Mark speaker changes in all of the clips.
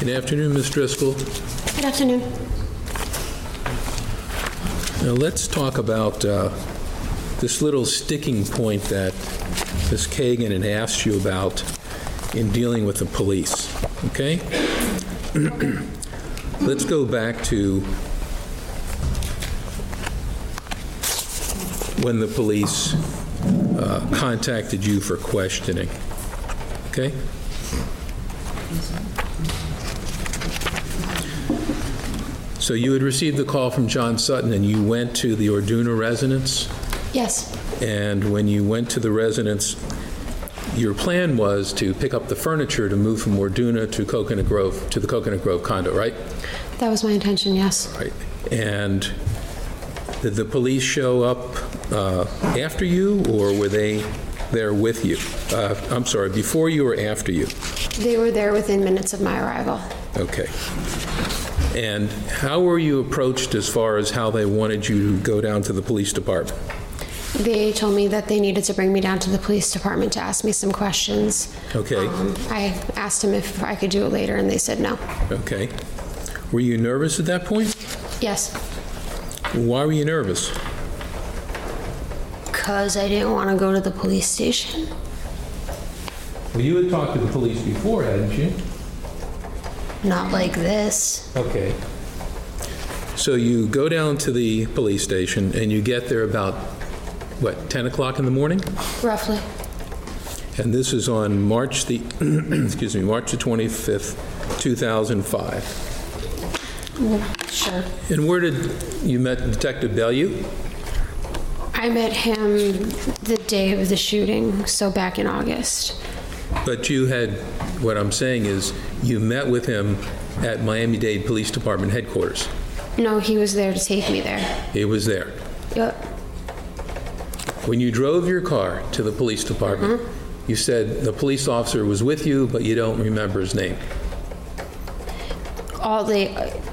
Speaker 1: Good afternoon, Ms. Driscoll.
Speaker 2: Good afternoon.
Speaker 1: Now, let's talk about uh, this little sticking point that Ms. Kagan had asked you about in dealing with the police, okay? Let's go back to when the police uh, contacted you for questioning, okay? So you had received the call from John Sutton, and you went to the Orduna residence?
Speaker 2: Yes,
Speaker 1: And when you went to the residence, your plan was to pick up the furniture to move from Orduna to Coconut Grove, to the Coconut Grove condo, right?
Speaker 2: that was my intention, yes.
Speaker 1: Right. And did the police show up uh, after you, or were they there with you? Uh, I'm sorry, before you or after you?
Speaker 2: They were there within minutes of my arrival.
Speaker 1: Okay. And how were you approached as far as how they wanted you to go down to the police department?
Speaker 2: They told me that they needed to bring me down to the police department to ask me some questions.
Speaker 1: Okay.
Speaker 2: Um, I asked them if I could do it later, and they said no.
Speaker 1: Okay. Were you nervous at that point?
Speaker 2: Yes,
Speaker 1: Why were you nervous?
Speaker 2: because I didn't want to go to the police station.
Speaker 1: Well, you had talked to the police before, hadn't you?
Speaker 2: Not like this.
Speaker 1: Okay. So you go down to the police station and you get there about, what, 10 o'clock in the morning?
Speaker 2: Roughly.
Speaker 1: And this is on March the, excuse me, March the 25th, 2005.
Speaker 2: Mm-hmm. Sure.
Speaker 1: And where did, you met Detective Bellew?
Speaker 2: I met him the day of the shooting, so back in August.
Speaker 1: But you had, what I'm saying is, you met with him at Miami-Dade Police Department headquarters.
Speaker 2: No, he was there to take me there.
Speaker 1: He was there.
Speaker 2: Yep.
Speaker 1: When you drove your car to the police department, you said the police officer was with you, but you don't remember his name.
Speaker 2: all the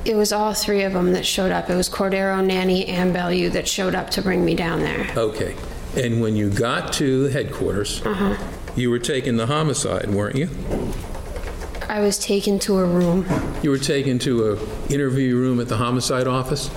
Speaker 2: it was all three of them that showed up it was cordero nanny and bellew that showed up to bring me down there
Speaker 1: Okay. And when you got to headquarters, you were taken to homicide, weren't you?
Speaker 2: i was taken to a room
Speaker 1: You were taken to a interview room at the homicide office?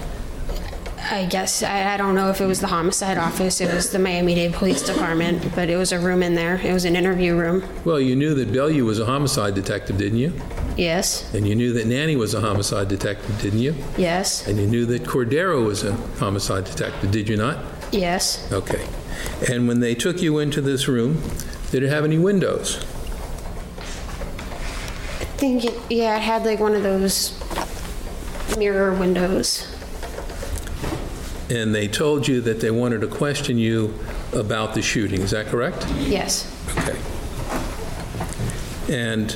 Speaker 2: i guess i, I don't know if it was the homicide office it was the miami-dade police department but it was a room in there it was an interview room
Speaker 1: Well, you knew that Bellew was a homicide detective, didn't you?
Speaker 2: yes
Speaker 1: And you knew that Nanny was a homicide detective, didn't you?
Speaker 2: yes
Speaker 1: And you knew that Cordero was a homicide detective, did you not?
Speaker 2: yes
Speaker 1: Okay. And when they took you into this room, did it have any windows?
Speaker 2: i think it, yeah it had like one of those mirror windows
Speaker 1: and they told you that they wanted to question you about the shooting, is that correct?
Speaker 2: yes
Speaker 1: Okay. And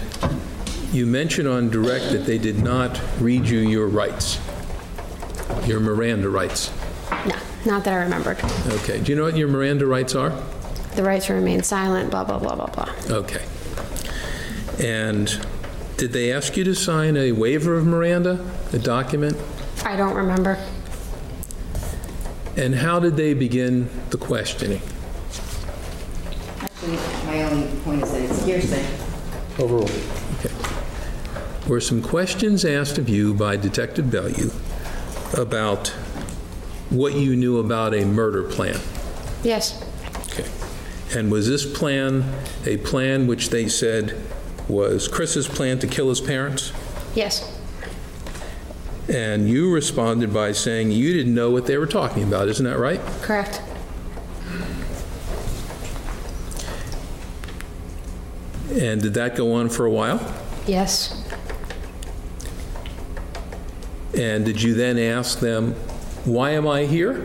Speaker 1: you mentioned on direct that they did not read you your rights, your Miranda rights.
Speaker 2: no not that i remembered
Speaker 1: Okay, do you know what your Miranda rights are?
Speaker 2: the right to remain silent blah blah blah blah blah
Speaker 1: Okay. And did they ask you to sign a waiver of Miranda, a document?
Speaker 2: i don't remember
Speaker 1: And how did they begin the questioning?
Speaker 3: Actually, my only point is that it's hearsay.
Speaker 1: Okay. Were some questions asked of you by Detective Bellew about what you knew about a murder plan?
Speaker 2: yes
Speaker 1: Okay. And was this plan a plan which they said was Chris's plan to kill his parents?
Speaker 2: yes
Speaker 1: And you responded by saying you didn't know what they were talking about, isn't that right?
Speaker 2: correct
Speaker 1: And did that go on for a while?
Speaker 2: Yes,
Speaker 1: And did you then ask them, why am I here?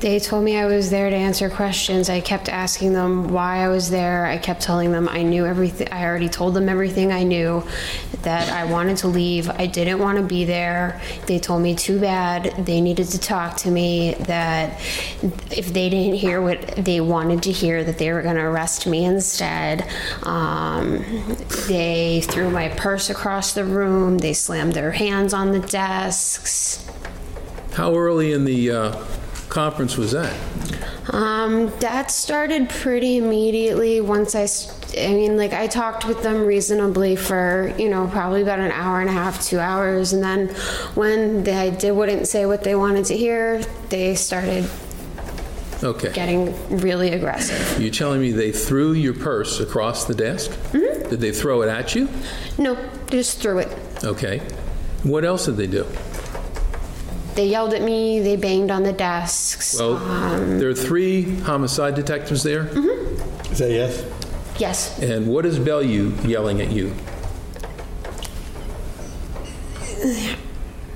Speaker 2: they told me I was there to answer questions. I kept asking them why I was there. I kept telling them I knew everything. I already told them everything I knew, that I wanted to leave. I didn't want to be there. They told me too bad. They needed to talk to me, that if they didn't hear what they wanted to hear, that they were going to arrest me instead. Um, they threw my purse across the room. They slammed their hands on the desks.
Speaker 1: How early in the uh, conference was that?
Speaker 2: Um, that started pretty immediately once I s- I mean, like, I talked with them reasonably for, you know, probably about an hour and a half, two hours. And then when they did, wouldn't say what they wanted to hear, they started
Speaker 1: Okay.
Speaker 2: getting really aggressive.
Speaker 1: You're telling me they threw your purse across the desk? Mm-hmm. Did they throw it at you?
Speaker 2: No, they just threw it.
Speaker 1: Okay. What else did they do?
Speaker 2: They yelled at me, they banged on the desks.
Speaker 1: Well,
Speaker 2: Um,
Speaker 1: there are three homicide detectives there.
Speaker 4: Is that yes?
Speaker 2: yes,
Speaker 1: And what is Bellew yelling at you?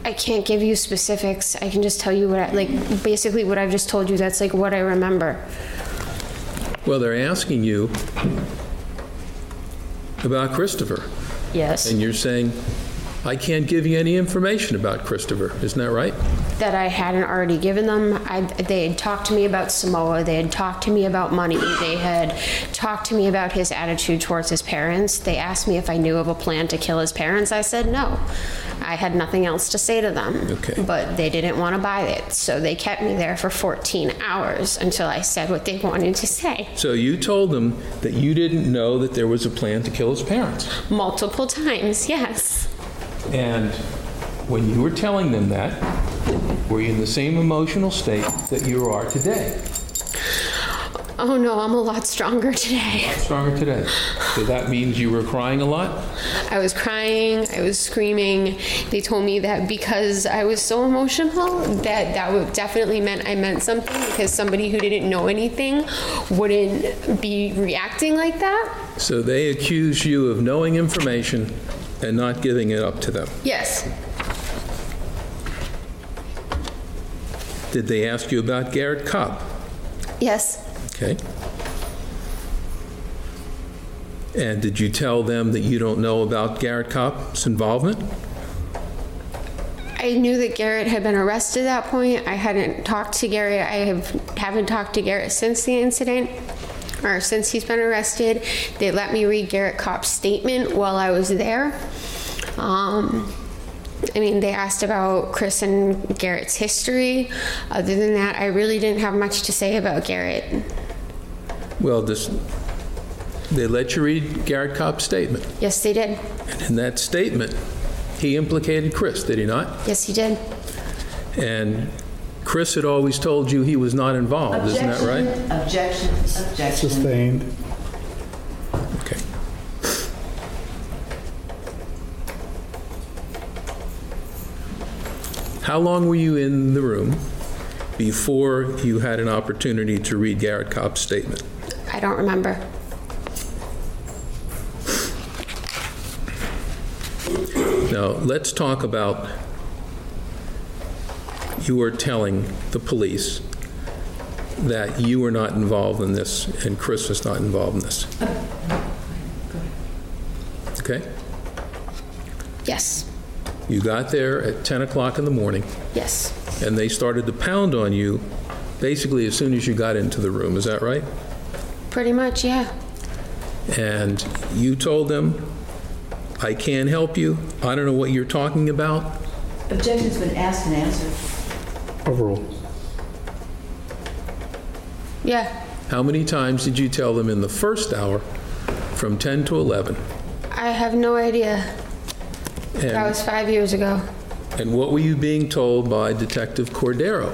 Speaker 2: I can't give you specifics. I can just tell you what, I, like, basically what I've just told you. That's like what I remember.
Speaker 1: Well, they're asking you about Christopher.
Speaker 2: Yes.
Speaker 1: And you're saying, I can't give you any information about Christopher. Isn't that right?
Speaker 2: that I hadn't already given them. I, they had talked to me about Samoa. They had talked to me about money. They had talked to me about his attitude towards his parents. They asked me if I knew of a plan to kill his parents. I said no. I had nothing else to say to them.
Speaker 1: Okay.
Speaker 2: But they didn't want to buy it, so they kept me there for 14 hours until I said what they wanted to say
Speaker 1: So you told them that you didn't know that there was a plan to kill his parents.
Speaker 2: multiple times. Yes.
Speaker 1: And when you were telling them that, were you in the same emotional state that you are today?
Speaker 2: Oh no, I'm a lot stronger today.
Speaker 1: Stronger today. So that means you were crying a lot?
Speaker 2: I was crying, I was screaming. They told me that because I was so emotional, that that would definitely meant I meant something because somebody who didn't know anything wouldn't be reacting like that.
Speaker 1: So they accuse you of knowing information and not giving it up to them.
Speaker 2: Yes.
Speaker 1: Did they ask you about Garrett Cobb?
Speaker 2: Yes.
Speaker 1: Okay. And did you tell them that you don't know about Garrett Cobb's involvement?
Speaker 2: I knew that Garrett had been arrested at that point. I hadn't talked to Garrett. I have, haven't talked to Garrett since the incident or since he's been arrested. They let me read Garrett Copp's statement while I was there. Um, I mean, they asked about Chris and Garrett's history. Other than that, I really didn't have much to say about Garrett.
Speaker 1: Well, this, they let you read Garrett Cobb's statement.
Speaker 2: Yes, they did.
Speaker 1: And in that statement, he implicated Chris, did he not?
Speaker 2: Yes, he did.
Speaker 1: And Chris had always told you he was not involved, isn't that right?
Speaker 3: Objection, objection, objection.
Speaker 4: Sustained.
Speaker 1: Okay. How long were you in the room before you had an opportunity to read Garrett Cobb's statement?
Speaker 2: I don't remember.
Speaker 1: Now, let's talk about you were telling the police that you were not involved in this and Chris was not involved in this. Okay?
Speaker 2: Yes.
Speaker 1: You got there at 10 o'clock in the morning.
Speaker 2: Yes.
Speaker 1: and they started to pound on you basically as soon as you got into the room, is that right?
Speaker 2: Pretty much, yeah.
Speaker 1: And you told them, I can't help you, I don't know what you're talking about.
Speaker 3: Objection's been asked and answered.
Speaker 4: Overruled.
Speaker 2: Yeah.
Speaker 1: How many times did you tell them in the first hour from 10 to 11?
Speaker 2: I have no idea. That
Speaker 1: And,
Speaker 2: was five years ago.
Speaker 1: and what were you being told by Detective Cordero?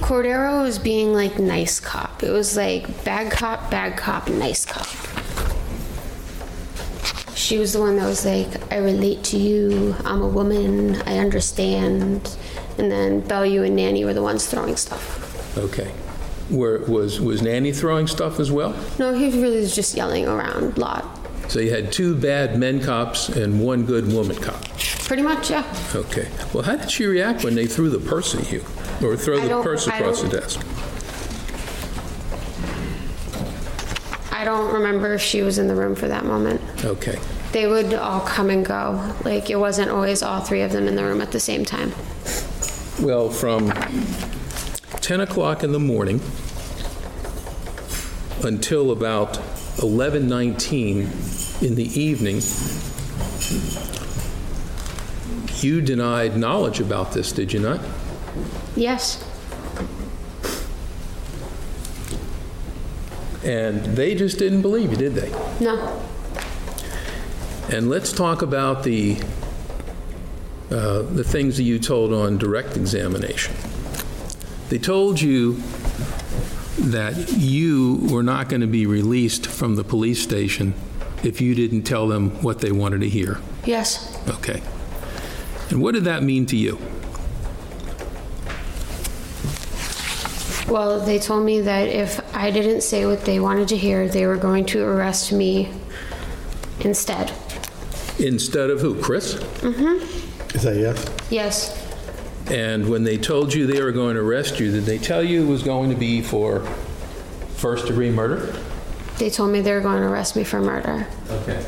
Speaker 2: Cordero was being like nice cop. It was like bad cop, bad cop, nice cop. She was the one that was like, I relate to you. I'm a woman. I understand. And then Bellew and Nanny were the ones throwing stuff.
Speaker 1: Okay. Where, was, was Nanny throwing stuff as well?
Speaker 2: No, he really was just yelling around a lot.
Speaker 1: So you had two bad men cops and one good woman cop.
Speaker 2: Pretty much, yeah.
Speaker 1: Okay. Well, how did she react when they threw the purse at you, or throw
Speaker 2: I
Speaker 1: the
Speaker 2: don't-
Speaker 1: purse
Speaker 2: I
Speaker 1: across the
Speaker 2: don't-
Speaker 1: desk?
Speaker 2: I don't remember if she was in the room for that moment.
Speaker 1: Okay.
Speaker 2: They would all come and go. Like, it wasn't always all three of them in the room at the same time.
Speaker 1: Well, from 10 o'clock in the morning until about 11:19 in the evening, you denied knowledge about this, did you not?
Speaker 2: Yes.
Speaker 1: And they just didn't believe you, did they?
Speaker 2: No.
Speaker 1: And let's talk about the, uh, the things that you told on direct examination. They told you that you were not going to be released from the police station if you didn't tell them what they wanted to hear.
Speaker 2: Yes.
Speaker 1: Okay. And what did that mean to you?
Speaker 2: Well, they told me that if I didn't say what they wanted to hear, they were going to arrest me instead.
Speaker 1: Instead of who, Chris?
Speaker 4: Is that yes?
Speaker 2: Yes.
Speaker 1: And when they told you they were going to arrest you, did they tell you it was going to be for first-degree murder?
Speaker 2: They told me they were going to arrest me for murder.
Speaker 1: Okay.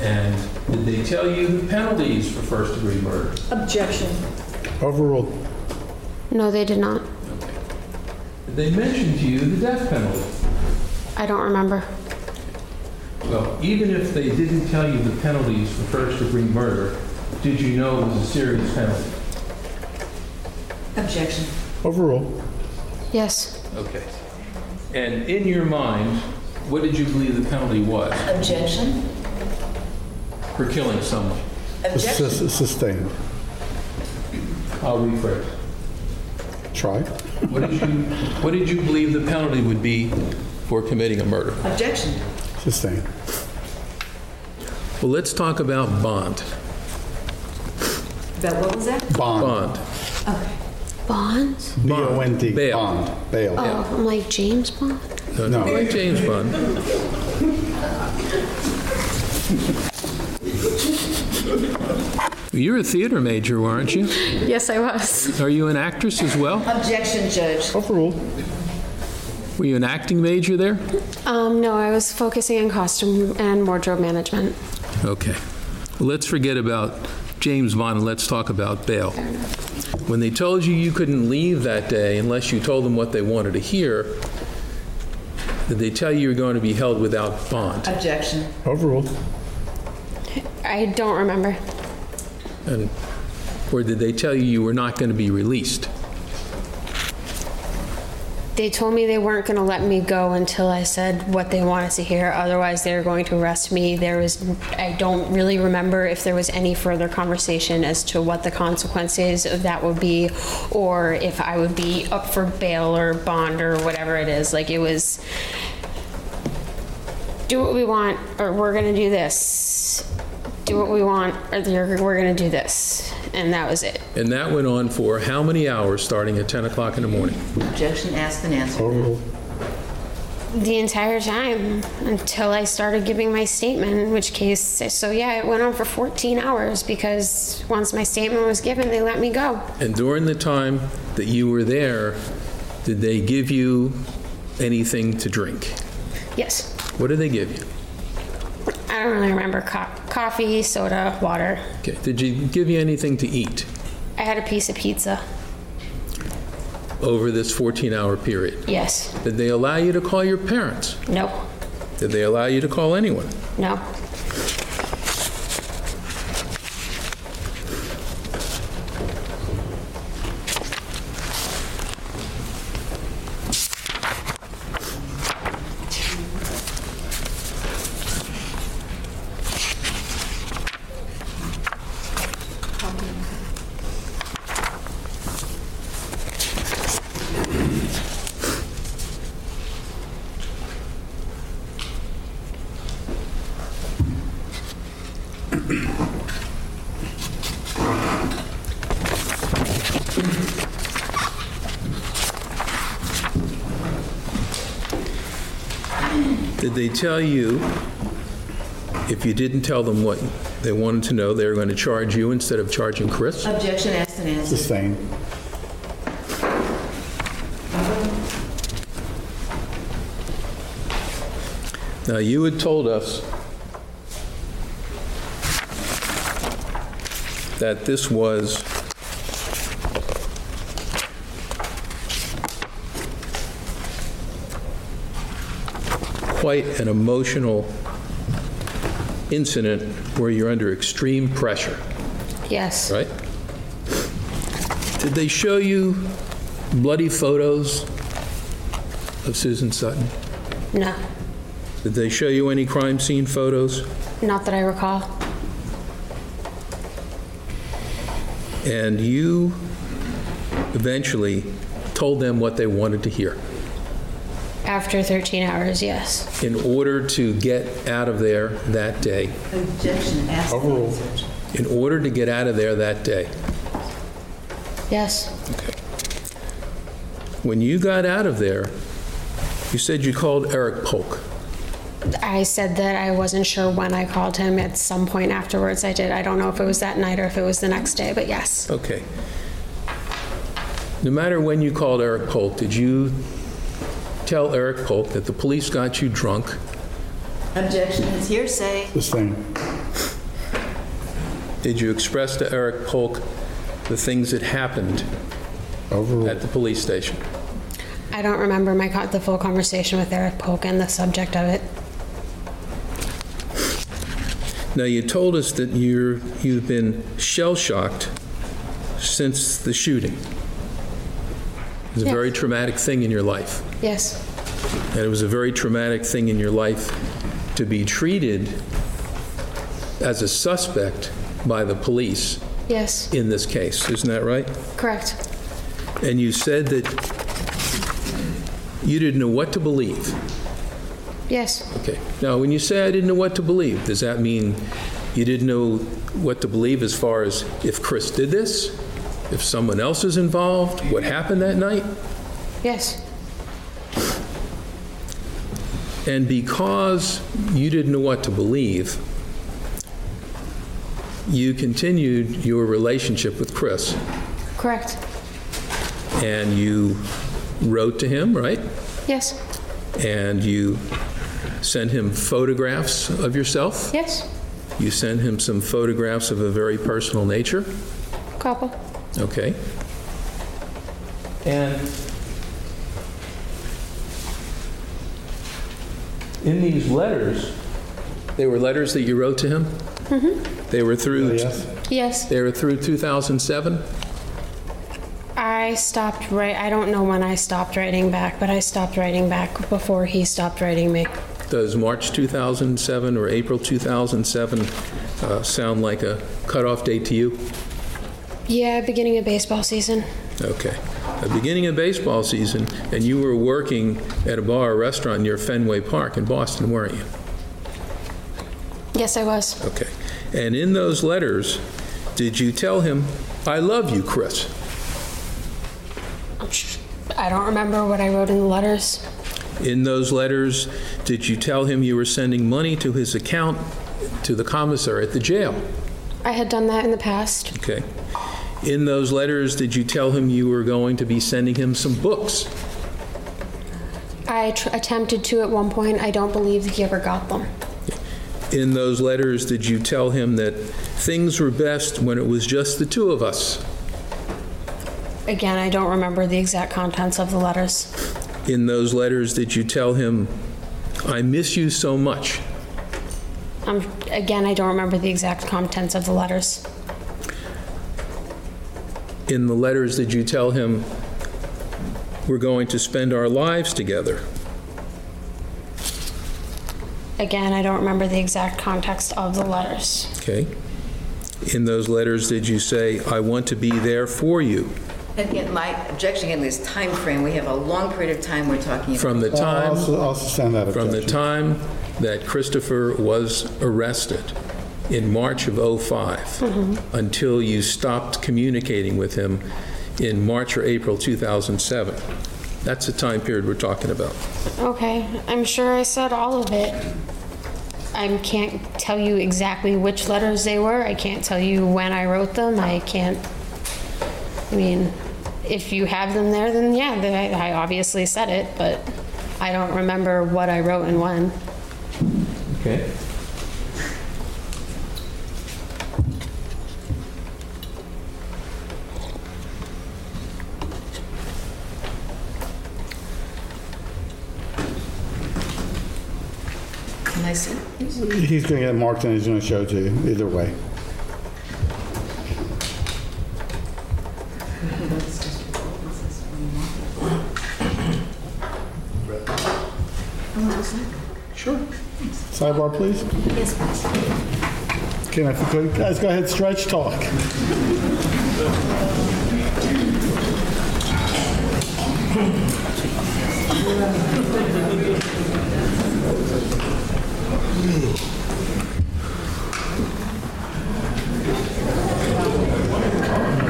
Speaker 1: And did they tell you the penalties for first-degree murder?
Speaker 3: Objection.
Speaker 4: Overruled.
Speaker 2: No, they did not.
Speaker 1: Did they mention to you the death penalty?
Speaker 2: I don't remember.
Speaker 1: Well, even if they didn't tell you the penalties for first-degree murder, did you know it was a serious penalty?
Speaker 3: Objection.
Speaker 4: Overruled.
Speaker 2: Yes.
Speaker 1: Okay. And in your mind, what did you believe the penalty was
Speaker 3: Objection.
Speaker 1: for killing someone?
Speaker 3: Objection.
Speaker 4: Sus- Sustained.
Speaker 1: I'll rephrase.
Speaker 4: Try.
Speaker 1: What did you, what did you believe the penalty would be for committing a murder?
Speaker 3: Objection.
Speaker 4: Sustained.
Speaker 1: Well, let's talk about bond.
Speaker 3: About what was that?
Speaker 4: Bond.
Speaker 1: Bond.
Speaker 3: Okay.
Speaker 2: Bonds?
Speaker 4: B-O-N-D.
Speaker 1: Bail.
Speaker 4: Bond. Bail.
Speaker 2: Oh, I'm like James Bond?
Speaker 1: No,
Speaker 4: No.
Speaker 1: like James Bond. You're a theater major, aren't you?
Speaker 2: Yes, I was.
Speaker 1: Are you an actress as well?
Speaker 3: Objection, Judge.
Speaker 4: Overruled.
Speaker 1: Were you an acting major there?
Speaker 2: Um, no, I was focusing on costume and wardrobe management.
Speaker 1: Okay. Well, let's forget about James Bond and let's talk about bail. When they told you you couldn't leave that day unless you told them what they wanted to hear, did they tell you you were going to be held without bond?
Speaker 3: Objection.
Speaker 4: Overruled.
Speaker 2: I don't remember.
Speaker 1: And, or did they tell you you were not going to be released?
Speaker 2: They told me they weren't going to let me go until I said what they wanted to hear. Otherwise, they were going to arrest me. There was, I don't really remember if there was any further conversation as to what the consequences of that would be or if I would be up for bail or bond or whatever it is. Like, it was do what we want or we're going to do this. Do what we want or you're- we're going to do this. And that was it.
Speaker 1: And that went on for how many hours, starting at 10 o'clock in the morning?
Speaker 3: Objection asked and answered.
Speaker 4: Overruled.
Speaker 2: the entire time until I started giving my statement, in which case, so yeah, it went on for 14 hours because once my statement was given, they let me go.
Speaker 1: And during the time that you were there, did they give you anything to drink?
Speaker 2: Yes.
Speaker 1: What did they give you?
Speaker 2: I don't really remember co- coffee, soda, water.
Speaker 1: Okay, did you give you anything to eat
Speaker 2: I had a piece of pizza.
Speaker 1: over this 14-hour period?
Speaker 2: Yes.
Speaker 1: Did they allow you to call your parents?
Speaker 2: Nope.
Speaker 1: Did they allow you to call anyone?
Speaker 2: No.
Speaker 1: Did they tell you, if you didn't tell them what they wanted to know, they were going to charge you instead of charging Chris?
Speaker 3: Objection asked and answered.
Speaker 4: Sustained.
Speaker 1: Now, you had told us that this was quite an emotional incident where you're under extreme pressure,
Speaker 2: Yes.
Speaker 1: right? Did they show you bloody photos of Susan Sutton?
Speaker 2: No,
Speaker 1: Did they show you any crime scene photos?
Speaker 2: not that I recall.
Speaker 1: And you eventually told them what they wanted to hear
Speaker 2: After 13 hours, yes.
Speaker 1: in order to get out of there that day,
Speaker 3: Objection, ask and
Speaker 4: Overruled.
Speaker 3: answered.
Speaker 1: in order to get out of there that day.
Speaker 2: Yes.
Speaker 1: When you got out of there, you said you called Eric Polk.
Speaker 2: I said that I wasn't sure when I called him. At some point afterwards, I did. I don't know if it was that night or if it was the next day, but yes.
Speaker 1: Okay. No matter when you called Eric Polk, did you tell Eric Polk that the police got you drunk?
Speaker 3: Objection, it's hearsay.
Speaker 4: This thing.
Speaker 1: Did you express to Eric Polk the things that happened
Speaker 4: Overruled.
Speaker 1: at the police station?
Speaker 2: I don't remember my co- the full conversation with Eric Polk and the subject of it.
Speaker 1: Now, you told us that you're, you've been shell-shocked since the shooting. It's a
Speaker 2: Yes.
Speaker 1: very traumatic thing in your life.
Speaker 2: Yes.
Speaker 1: And it was a very traumatic thing in your life to be treated as a suspect by the police
Speaker 2: Yes.
Speaker 1: in this case, isn't that right?
Speaker 2: Correct.
Speaker 1: And you said that you didn't know what to believe.
Speaker 2: Yes.
Speaker 1: Okay. Now, when you say I didn't know what to believe, does that mean you didn't know what to believe as far as if Chris did this, if someone else is involved, what happened that night?
Speaker 2: Yes.
Speaker 1: And because you didn't know what to believe, you continued your relationship with Chris
Speaker 2: Correct.
Speaker 1: and you wrote to him, right?
Speaker 2: Yes.
Speaker 1: And you sent him photographs of yourself.
Speaker 2: Yes.
Speaker 1: You sent him some photographs of a very personal nature.
Speaker 2: Couple.
Speaker 1: Okay. And in these letters, they were letters that you wrote to him? Mm-hmm. They were through,
Speaker 4: Yes.
Speaker 2: Yes.
Speaker 1: they were through 2007?
Speaker 2: I stopped right. I don't know when I stopped writing back, but I stopped writing back before he stopped writing me.
Speaker 1: Does March 2007 or April 2007 uh, sound like a cutoff date to you?
Speaker 2: Yeah, beginning of baseball season.
Speaker 1: Okay. The beginning of baseball season, and you were working at a bar or restaurant near Fenway Park in Boston, weren't you?
Speaker 2: Yes, I was.
Speaker 1: Okay. And in those letters, did you tell him, "I love you, Chris"?
Speaker 2: I don't remember what I wrote in the letters.
Speaker 1: In those letters, did you tell him you were sending money to his account to the commissary at the jail?
Speaker 2: I had done that in the past.
Speaker 1: Okay. In those letters, did you tell him you were going to be sending him some books?
Speaker 2: I tr- attempted to at one point. I don't believe he ever got them.
Speaker 1: In those letters, did you tell him that things were best when it was just the two of us?
Speaker 2: Again, I don't remember the exact contents of the letters.
Speaker 1: In those letters, did you tell him, "I miss you so much"?
Speaker 2: Um, again, I don't remember the exact contents of the letters.
Speaker 1: in the letters did you tell him we're going to spend our lives together?
Speaker 2: Again, I don't remember the exact context of the letters.
Speaker 1: Okay. In those letters, did you say, I want to be there for you?
Speaker 3: And Again, my objection again is time frame. We have a long period of time we're talking about.
Speaker 1: From the
Speaker 4: I'll
Speaker 1: time,
Speaker 4: also- I'll also send that
Speaker 1: from the
Speaker 4: objection.
Speaker 1: time that Christopher was arrested in March of '05 until you stopped communicating with him in March or April 2007. That's the time period we're talking about.
Speaker 2: Okay, I'm sure I said all of it. I can't tell you exactly which letters they were. I can't tell you when I wrote them. I can't. I mean, if you have them there, then yeah, then I I obviously said it, but I don't remember what I wrote and when.
Speaker 1: Okay.
Speaker 3: Can I see?
Speaker 4: He's going to get marked and he's going to show it to you, either way.
Speaker 3: Oh, it's
Speaker 4: Sidebar, please.
Speaker 5: Yes, please.
Speaker 4: Can I, guys, go ahead, stretch talk.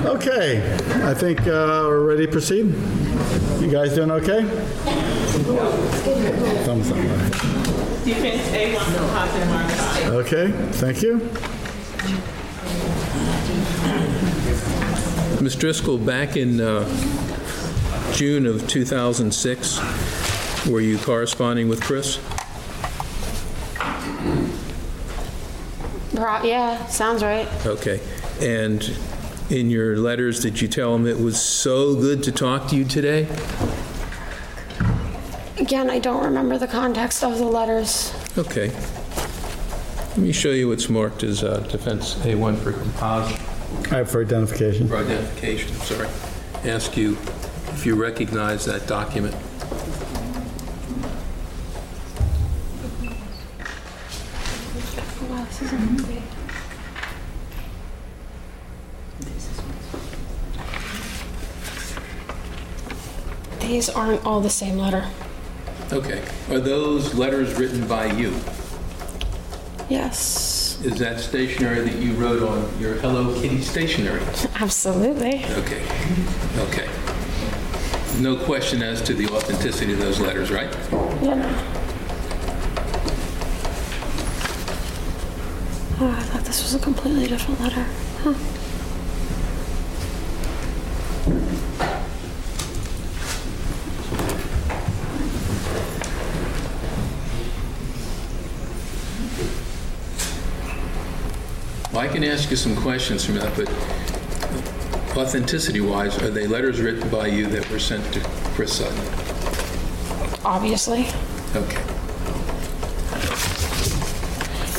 Speaker 4: Okay, I think uh, we're ready to proceed. You guys doing okay? Thumbs up.
Speaker 6: You finished A1 from Hudson Market.
Speaker 4: Okay, thank you.
Speaker 1: Ms. Driscoll, back in uh, June of 2006, were you corresponding with Chris?
Speaker 2: Pro- yeah, sounds right.
Speaker 1: Okay. And in your letters, did you tell him it was so good to talk to you today?
Speaker 2: Again, I don't remember the context of the letters.
Speaker 1: Okay. Let me show you what's marked as uh, Defense A1 for composite.
Speaker 4: All right, for identification.
Speaker 1: For identification, sorry. Ask you if you recognize that document.
Speaker 5: These aren't all the same letter.
Speaker 1: Okay. Are those letters written by you?
Speaker 5: Yes,
Speaker 1: Is that stationery that you wrote on your Hello Kitty stationery?
Speaker 5: absolutely.
Speaker 1: Okay. Okay. No question as to the authenticity of those letters, right?
Speaker 5: Yeah. Oh, I thought this was a completely different letter. Huh.
Speaker 1: Well, I can ask you some questions from that, but authenticity-wise, are they letters written by you that were sent to Chris Sutton?
Speaker 5: Obviously,
Speaker 1: Okay.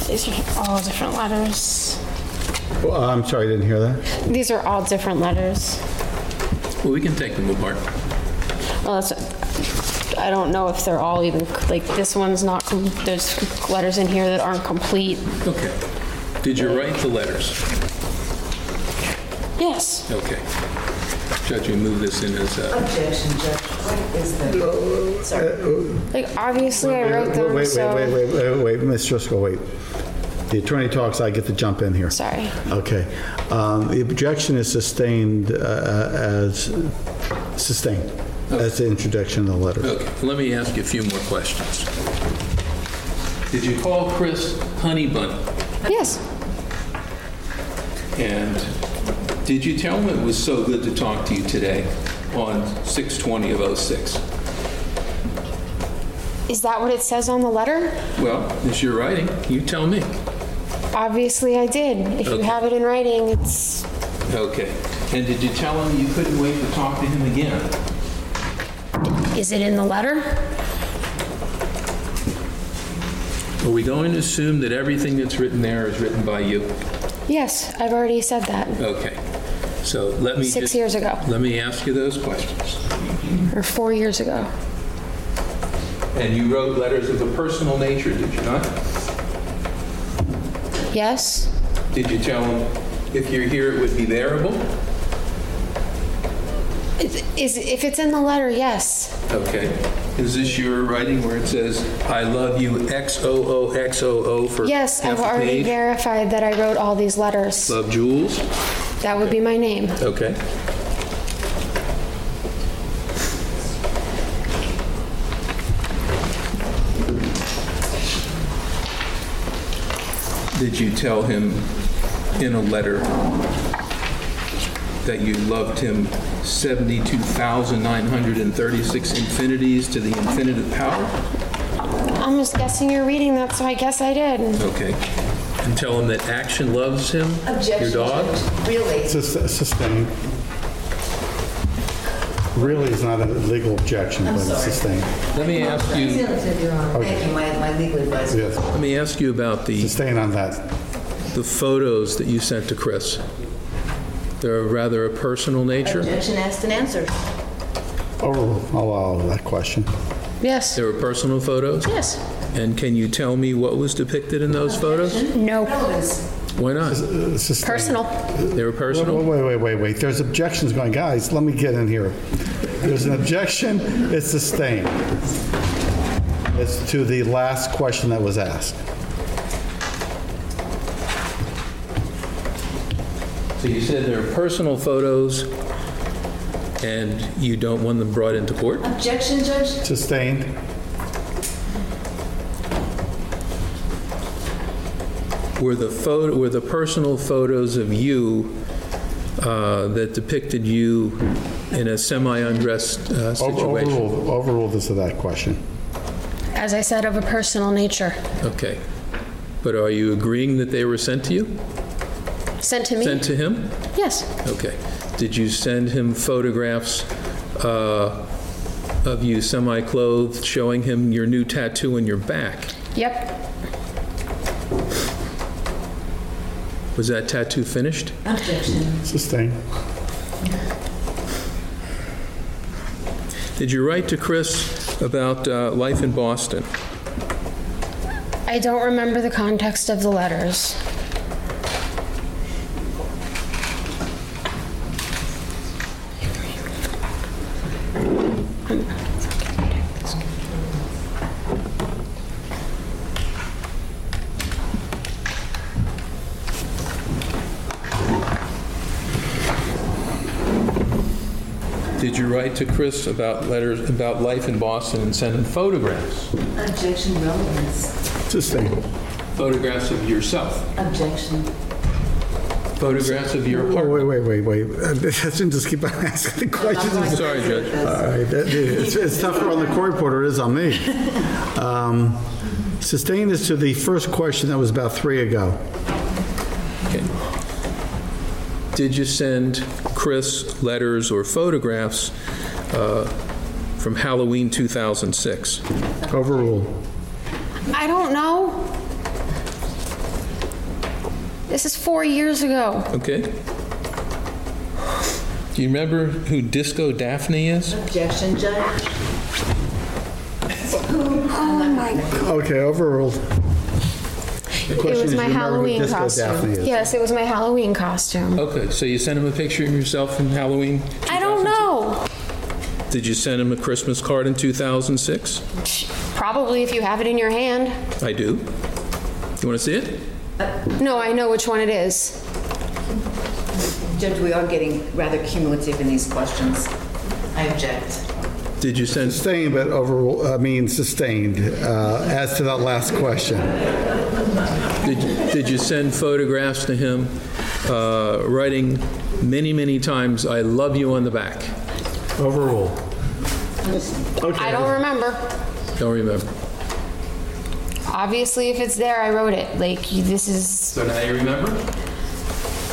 Speaker 5: these are all different letters.
Speaker 4: Well, Oh, I'm sorry, I didn't hear that.
Speaker 5: These are all different letters.
Speaker 1: Well, we can take them apart.
Speaker 5: Well, that's, I don't know if they're all even, like, this one's not, com- there's letters in here that aren't complete.
Speaker 1: Okay. Did you write the letters?
Speaker 5: Yes.
Speaker 1: Okay. Judge, we move this in as a...
Speaker 3: Objection, Judge. What is the, sorry.
Speaker 5: Like, obviously, I wrote them,
Speaker 4: Wait,
Speaker 5: so.
Speaker 4: Wait, wait, wait, wait, wait, Ms. Driscoll, wait. The attorney talks, I get to jump in here.
Speaker 5: Sorry.
Speaker 4: Okay. Um, The objection is sustained uh, as, sustained, as the introduction of the letter.
Speaker 1: Okay, let me ask you a few more questions. Did you call Chris Honey Bunny?
Speaker 5: Yes.
Speaker 1: And did you tell him it was so good to talk to you today on 6/20 of '06?
Speaker 5: Is that what it says on the letter?
Speaker 1: Well, it's your writing, you tell me.
Speaker 5: Obviously, I did. If you
Speaker 1: Okay.
Speaker 5: have it in writing, it's.
Speaker 1: Okay. And did you tell him you couldn't wait to talk to him again?
Speaker 5: Is it in the letter?
Speaker 1: Are we going to assume that everything that's written there is written by you?
Speaker 5: Yes, I've already said that.
Speaker 1: Okay. So let me
Speaker 5: Six
Speaker 1: just-
Speaker 5: years ago.
Speaker 1: Let me ask you those questions.
Speaker 5: Or four years ago.
Speaker 1: And you wrote letters of a personal nature, did you not?
Speaker 5: Yes?
Speaker 1: Did you tell him if you're here, it would be bearable?
Speaker 5: Is, is- if it's in the letter, yes.
Speaker 1: Okay. Is this your writing where it says, "I love you XOOXOO" for
Speaker 5: Yes,
Speaker 1: half
Speaker 5: I've
Speaker 1: a
Speaker 5: already
Speaker 1: page?
Speaker 5: verified that I wrote all these letters.
Speaker 1: Love Jules?
Speaker 5: That would be my name.
Speaker 1: Okay. Did you tell him in a letter that you loved him 72,936 infinities to the infinitive power?
Speaker 5: I'm just guessing you're reading that, so I guess I did.
Speaker 1: Okay. And tell him that action loves him, your
Speaker 3: Objection,
Speaker 1: dog?
Speaker 3: Judge. Really?
Speaker 4: Sus- Sustained. Really is not a legal objection, but it's
Speaker 3: sorry.
Speaker 4: sustained.
Speaker 1: Let me ask you,
Speaker 3: Thank you, my, my legal advisor.
Speaker 4: Yes,
Speaker 1: let me ask you about the,
Speaker 4: sustained on that.
Speaker 1: the photos that you sent to Chris. They're rather a personal nature?
Speaker 3: Objection asked and answered.
Speaker 4: Overruled. I'll allow oh, that question.
Speaker 5: Yes.
Speaker 1: They were personal photos?
Speaker 5: Yes.
Speaker 1: And can you tell me what was depicted in those photos?
Speaker 2: No,
Speaker 1: Why not?
Speaker 2: personal.
Speaker 1: They were personal?
Speaker 4: Wait, wait, wait, wait, wait. There's objections going, guys, let me get in here. There's an objection, it's sustained. It's to the last question that was asked.
Speaker 1: So you said they're personal photos, and you don't want them brought into court?
Speaker 7: Objection, Judge?
Speaker 4: Sustained?
Speaker 1: Were the photo, were the personal photos of you uh, that depicted you in a semi-undressed uh, situation?
Speaker 4: Overruled, overruled as to that question.
Speaker 2: As I said, of a personal nature.
Speaker 1: Okay. But are you agreeing that they were sent to you?
Speaker 2: Sent to me?
Speaker 1: Sent to him?
Speaker 2: Yes.
Speaker 1: Okay. Did you send him photographs uh, of you semi-clothed, showing him your new tattoo on your back?
Speaker 2: Yep.
Speaker 1: Was that tattoo finished?
Speaker 4: Sustained.
Speaker 1: Did you write to Chris about uh, life in Boston?
Speaker 2: I don't remember the context of the letters.
Speaker 1: Did you write to Chris about letters about life in Boston and send him photographs?
Speaker 7: Objection, relevance.
Speaker 4: Sustained.
Speaker 1: Photographs of yourself?
Speaker 7: Objection.
Speaker 1: Photographs of your
Speaker 4: Oh,
Speaker 1: apartment?
Speaker 4: wait, wait, wait, wait. I shouldn't just keep on asking the questions.
Speaker 1: I'm sorry, Judge.
Speaker 4: All right, that- it's it's tougher on the court reporter, it is on me. Um, Sustained is to the first question that was about three ago.
Speaker 1: Okay. Did you send Chris letters or photographs uh, from Halloween 2006?
Speaker 4: Overruled.
Speaker 2: I don't know. This is four years ago.
Speaker 1: Okay. Do you remember who Disco Daphne is?
Speaker 7: Objection, Judge?
Speaker 4: Okay, overruled.
Speaker 2: It was my Halloween costume. Yes, it was my Halloween costume.
Speaker 1: Okay, so you sent him a picture of yourself from Halloween?
Speaker 2: I don't know.
Speaker 1: Did you send him a Christmas card in 2006?
Speaker 2: Probably if you have it in your hand.
Speaker 1: I do. You want to see it?
Speaker 2: No, I know which one it is.
Speaker 7: Judge, we are getting rather cumulative in these questions. I object.
Speaker 1: Did you send,
Speaker 4: Sustained, but overruled, I mean, sustained, uh, as to that last question.
Speaker 1: did did you send photographs to him, uh, writing many, many times, "I love you" on the back?
Speaker 4: Overruled.
Speaker 2: I don't remember.
Speaker 1: Don't remember.
Speaker 2: Obviously, if it's there, I wrote it. Like, you- this is,
Speaker 1: So now you remember?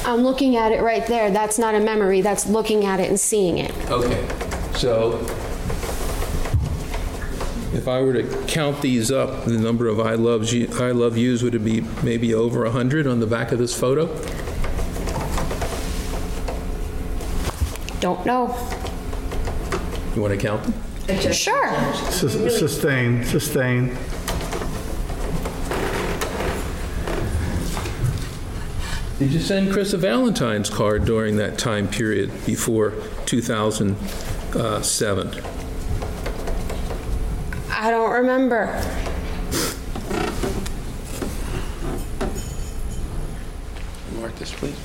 Speaker 2: I'm looking at it right there. That's not a memory. That's looking at it and seeing it.
Speaker 1: Okay, so if I were to count these up, the number of "I loves you," "I love yous" would it be maybe over 100 on the back of this photo?
Speaker 2: Don't know.
Speaker 1: You want to count them?
Speaker 2: Sure.
Speaker 4: Sus- Sustained, sustained.
Speaker 1: Did you send Chris a Valentine's card during that time period before uh, 2007?
Speaker 2: I don't remember.
Speaker 1: Mark this, please.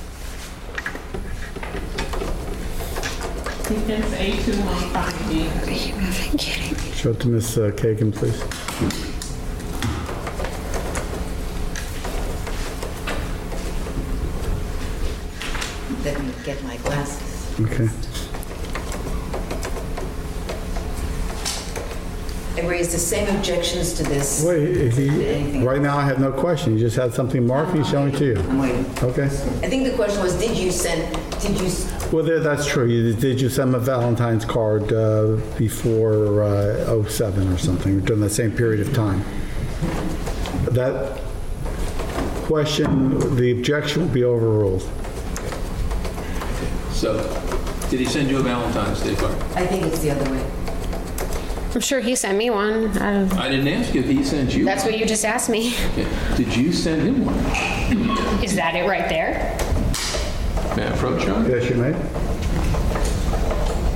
Speaker 6: Defense A215D.
Speaker 4: Show it to Ms. Kagan, please.
Speaker 7: Let me get my glasses.
Speaker 4: Okay.
Speaker 7: I raised the same objections to this.
Speaker 4: Wait, is he- right now I have no question. You just had something marked, he's showing it to you.
Speaker 7: I'm waiting.
Speaker 4: Okay.
Speaker 7: I think the question was, did you send, did you, s-
Speaker 4: Well, there- that's true. You- Did you send him a Valentine's card uh, before uh, 07 or something, during that same period of time? That question, the objection will be overruled.
Speaker 1: So, did he send you a Valentine's Day card?
Speaker 7: I think it's the other way.
Speaker 2: I'm sure he sent me one. I don't,
Speaker 1: I didn't ask you if he sent you.
Speaker 2: that's what you just asked me.
Speaker 1: Yeah. Did you send him one?
Speaker 2: Is that it right there?
Speaker 1: May I approach him?
Speaker 4: Yes, you may.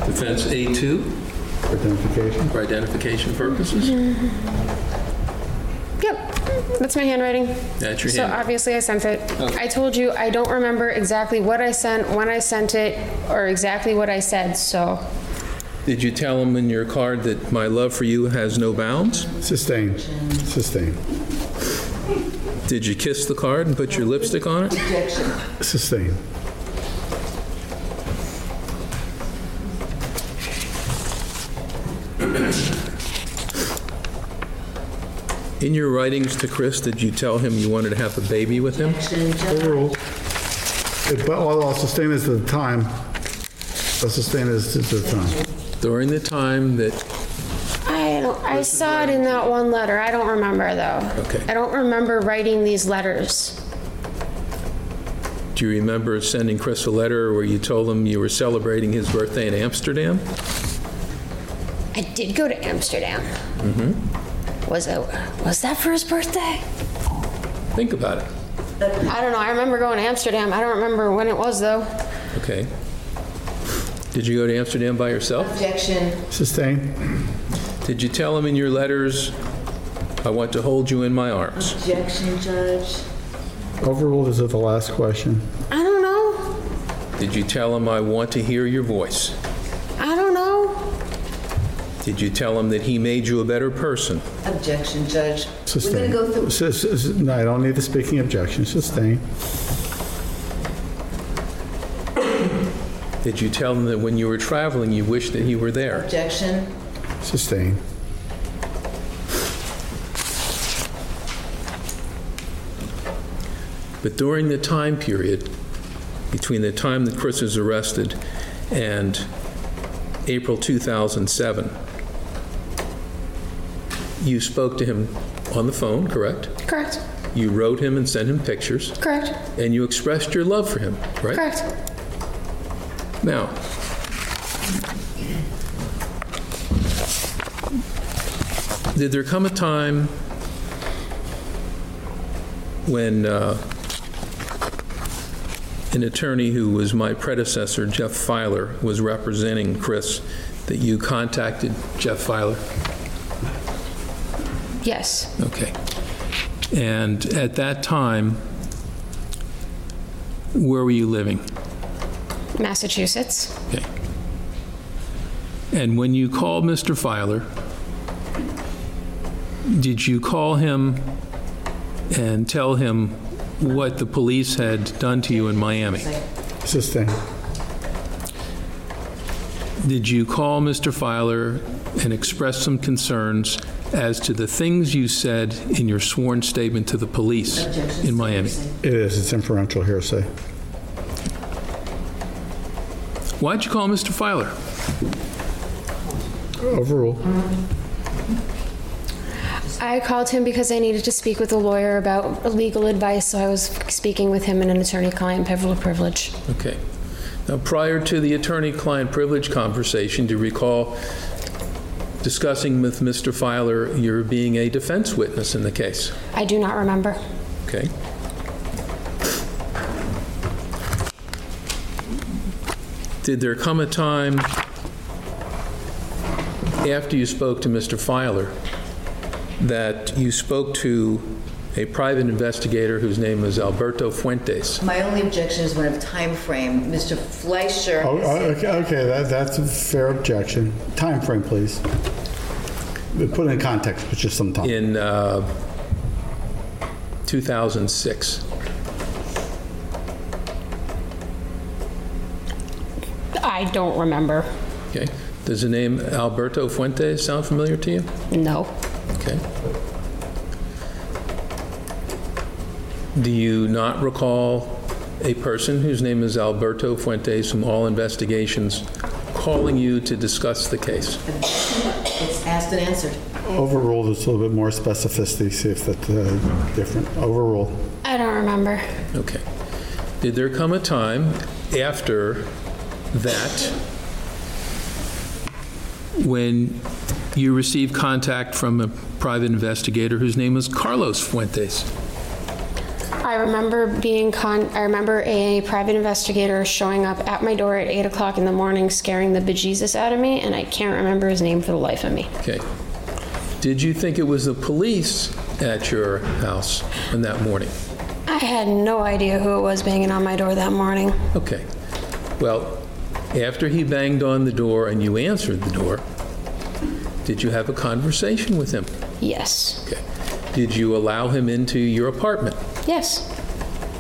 Speaker 1: Defense A2
Speaker 4: Identification.
Speaker 1: for identification purposes?
Speaker 2: Yep, that's my handwriting.
Speaker 1: That's your
Speaker 2: So
Speaker 1: handwriting.
Speaker 2: obviously I sent it. I told you, I don't remember exactly what I sent, when I sent it, or exactly what I said, so.
Speaker 1: Did you tell him in your card that my love for you has no bounds?
Speaker 4: Sustain. Sustain.
Speaker 1: Did you kiss the card and put your lipstick on it?
Speaker 4: Sustain.
Speaker 1: In your writings to Chris, did you tell him you wanted to have a baby with him?
Speaker 4: Overruled. It- But all I'll sustain is the time. I'll sustain is to the time.
Speaker 1: During the time that
Speaker 2: I don't, I saw it in that one letter. I don't remember though.
Speaker 1: Okay.
Speaker 2: I don't remember writing these letters.
Speaker 1: Do you remember sending Chris a letter where you told him you were celebrating his birthday in Amsterdam?
Speaker 2: I did go to Amsterdam.
Speaker 1: Mm-hmm.
Speaker 2: Was it, was that for his birthday?
Speaker 1: Think about it.
Speaker 2: I don't know. I remember going to Amsterdam. I don't remember when it was though.
Speaker 1: Okay. Did you go to Amsterdam by yourself?
Speaker 3: Objection.
Speaker 4: Sustain.
Speaker 1: Did you tell him in your letters, "I want to hold you in my arms"?
Speaker 3: Objection, Judge.
Speaker 4: Overruled is at the last question.
Speaker 2: I don't know.
Speaker 1: Did you tell him, "I want to hear your voice"?
Speaker 2: I don't know.
Speaker 1: Did you tell him that he made you a better person?
Speaker 3: Objection, Judge. We're going to
Speaker 4: Sustain.
Speaker 3: go through
Speaker 4: Sus- sus- No, I don't need the speaking objection. Sustain.
Speaker 1: Did you tell him that when you were traveling, you wished that he were there?
Speaker 3: objection.
Speaker 4: Sustain.
Speaker 1: But during the time period, between the time that Chris was arrested and April 2007, you spoke to him on the phone, correct?
Speaker 2: Correct.
Speaker 1: You wrote him and sent him pictures,
Speaker 2: Correct.
Speaker 1: and you expressed your love for him, right?
Speaker 2: Correct.
Speaker 1: Now, did there come a time when uh, an attorney who was my predecessor, Jeff Filer, was representing Chris, that you contacted Jeff Filer?
Speaker 2: Yes.
Speaker 1: Okay. And at that time, where were you living?
Speaker 2: Massachusetts.
Speaker 1: Okay. And when you called Mr. Filer, did you call him and tell him what the police had done to you in Miami?
Speaker 4: Sustain.
Speaker 1: Did you call Mr. Filer and express some concerns as to the things you said in your sworn statement to the police in Miami?
Speaker 4: It is. It's inferential hearsay.
Speaker 1: Why'd you call Mr. Filer?
Speaker 4: Overruled.
Speaker 2: I called him because I needed to speak with a lawyer about legal advice, so I was speaking with him in an attorney-client privilege.
Speaker 1: Okay. Now, prior to the attorney-client privilege conversation, do you recall discussing with Mr. Filer your being a defense witness in the case?
Speaker 2: I do not remember.
Speaker 1: Okay. Did there come a time after you spoke to Mr. Filer that you spoke to a private investigator whose name was Alberto Fuentes?
Speaker 3: My only objection is one of time frame. Mr. Fleischer.
Speaker 4: Oh,
Speaker 3: has
Speaker 4: oh, Okay, okay, that- that's a fair objection. Time frame, please. Put it in context, but just some time.
Speaker 1: in uh, 2006.
Speaker 5: I don't remember.
Speaker 1: Okay. Does the name Alberto Fuentes sound familiar to you?
Speaker 5: No.
Speaker 1: Okay. Do you not recall a person whose name is Alberto Fuentes from all investigations calling you to discuss the case?
Speaker 3: It's asked and answered.
Speaker 4: Overruled is a little bit more specificity, see if that's uh, different. Overruled.
Speaker 2: I don't remember.
Speaker 1: Okay. Did there come a time after that when you received contact from a private investigator whose name was Carlos Fuentes.
Speaker 2: I remember being con, I remember a private investigator showing up at my door at 8 o'clock in the morning, scaring the bejesus out of me, and I can't remember his name for the life of me.
Speaker 1: Okay. Did you think it was the police at your house on that morning?
Speaker 2: I had no idea who it was banging on my door that morning.
Speaker 1: Okay. Well, after he banged on the door and you answered the door, did you have a conversation with him?
Speaker 2: Yes.
Speaker 1: Okay. Did you allow him into your apartment?
Speaker 2: Yes.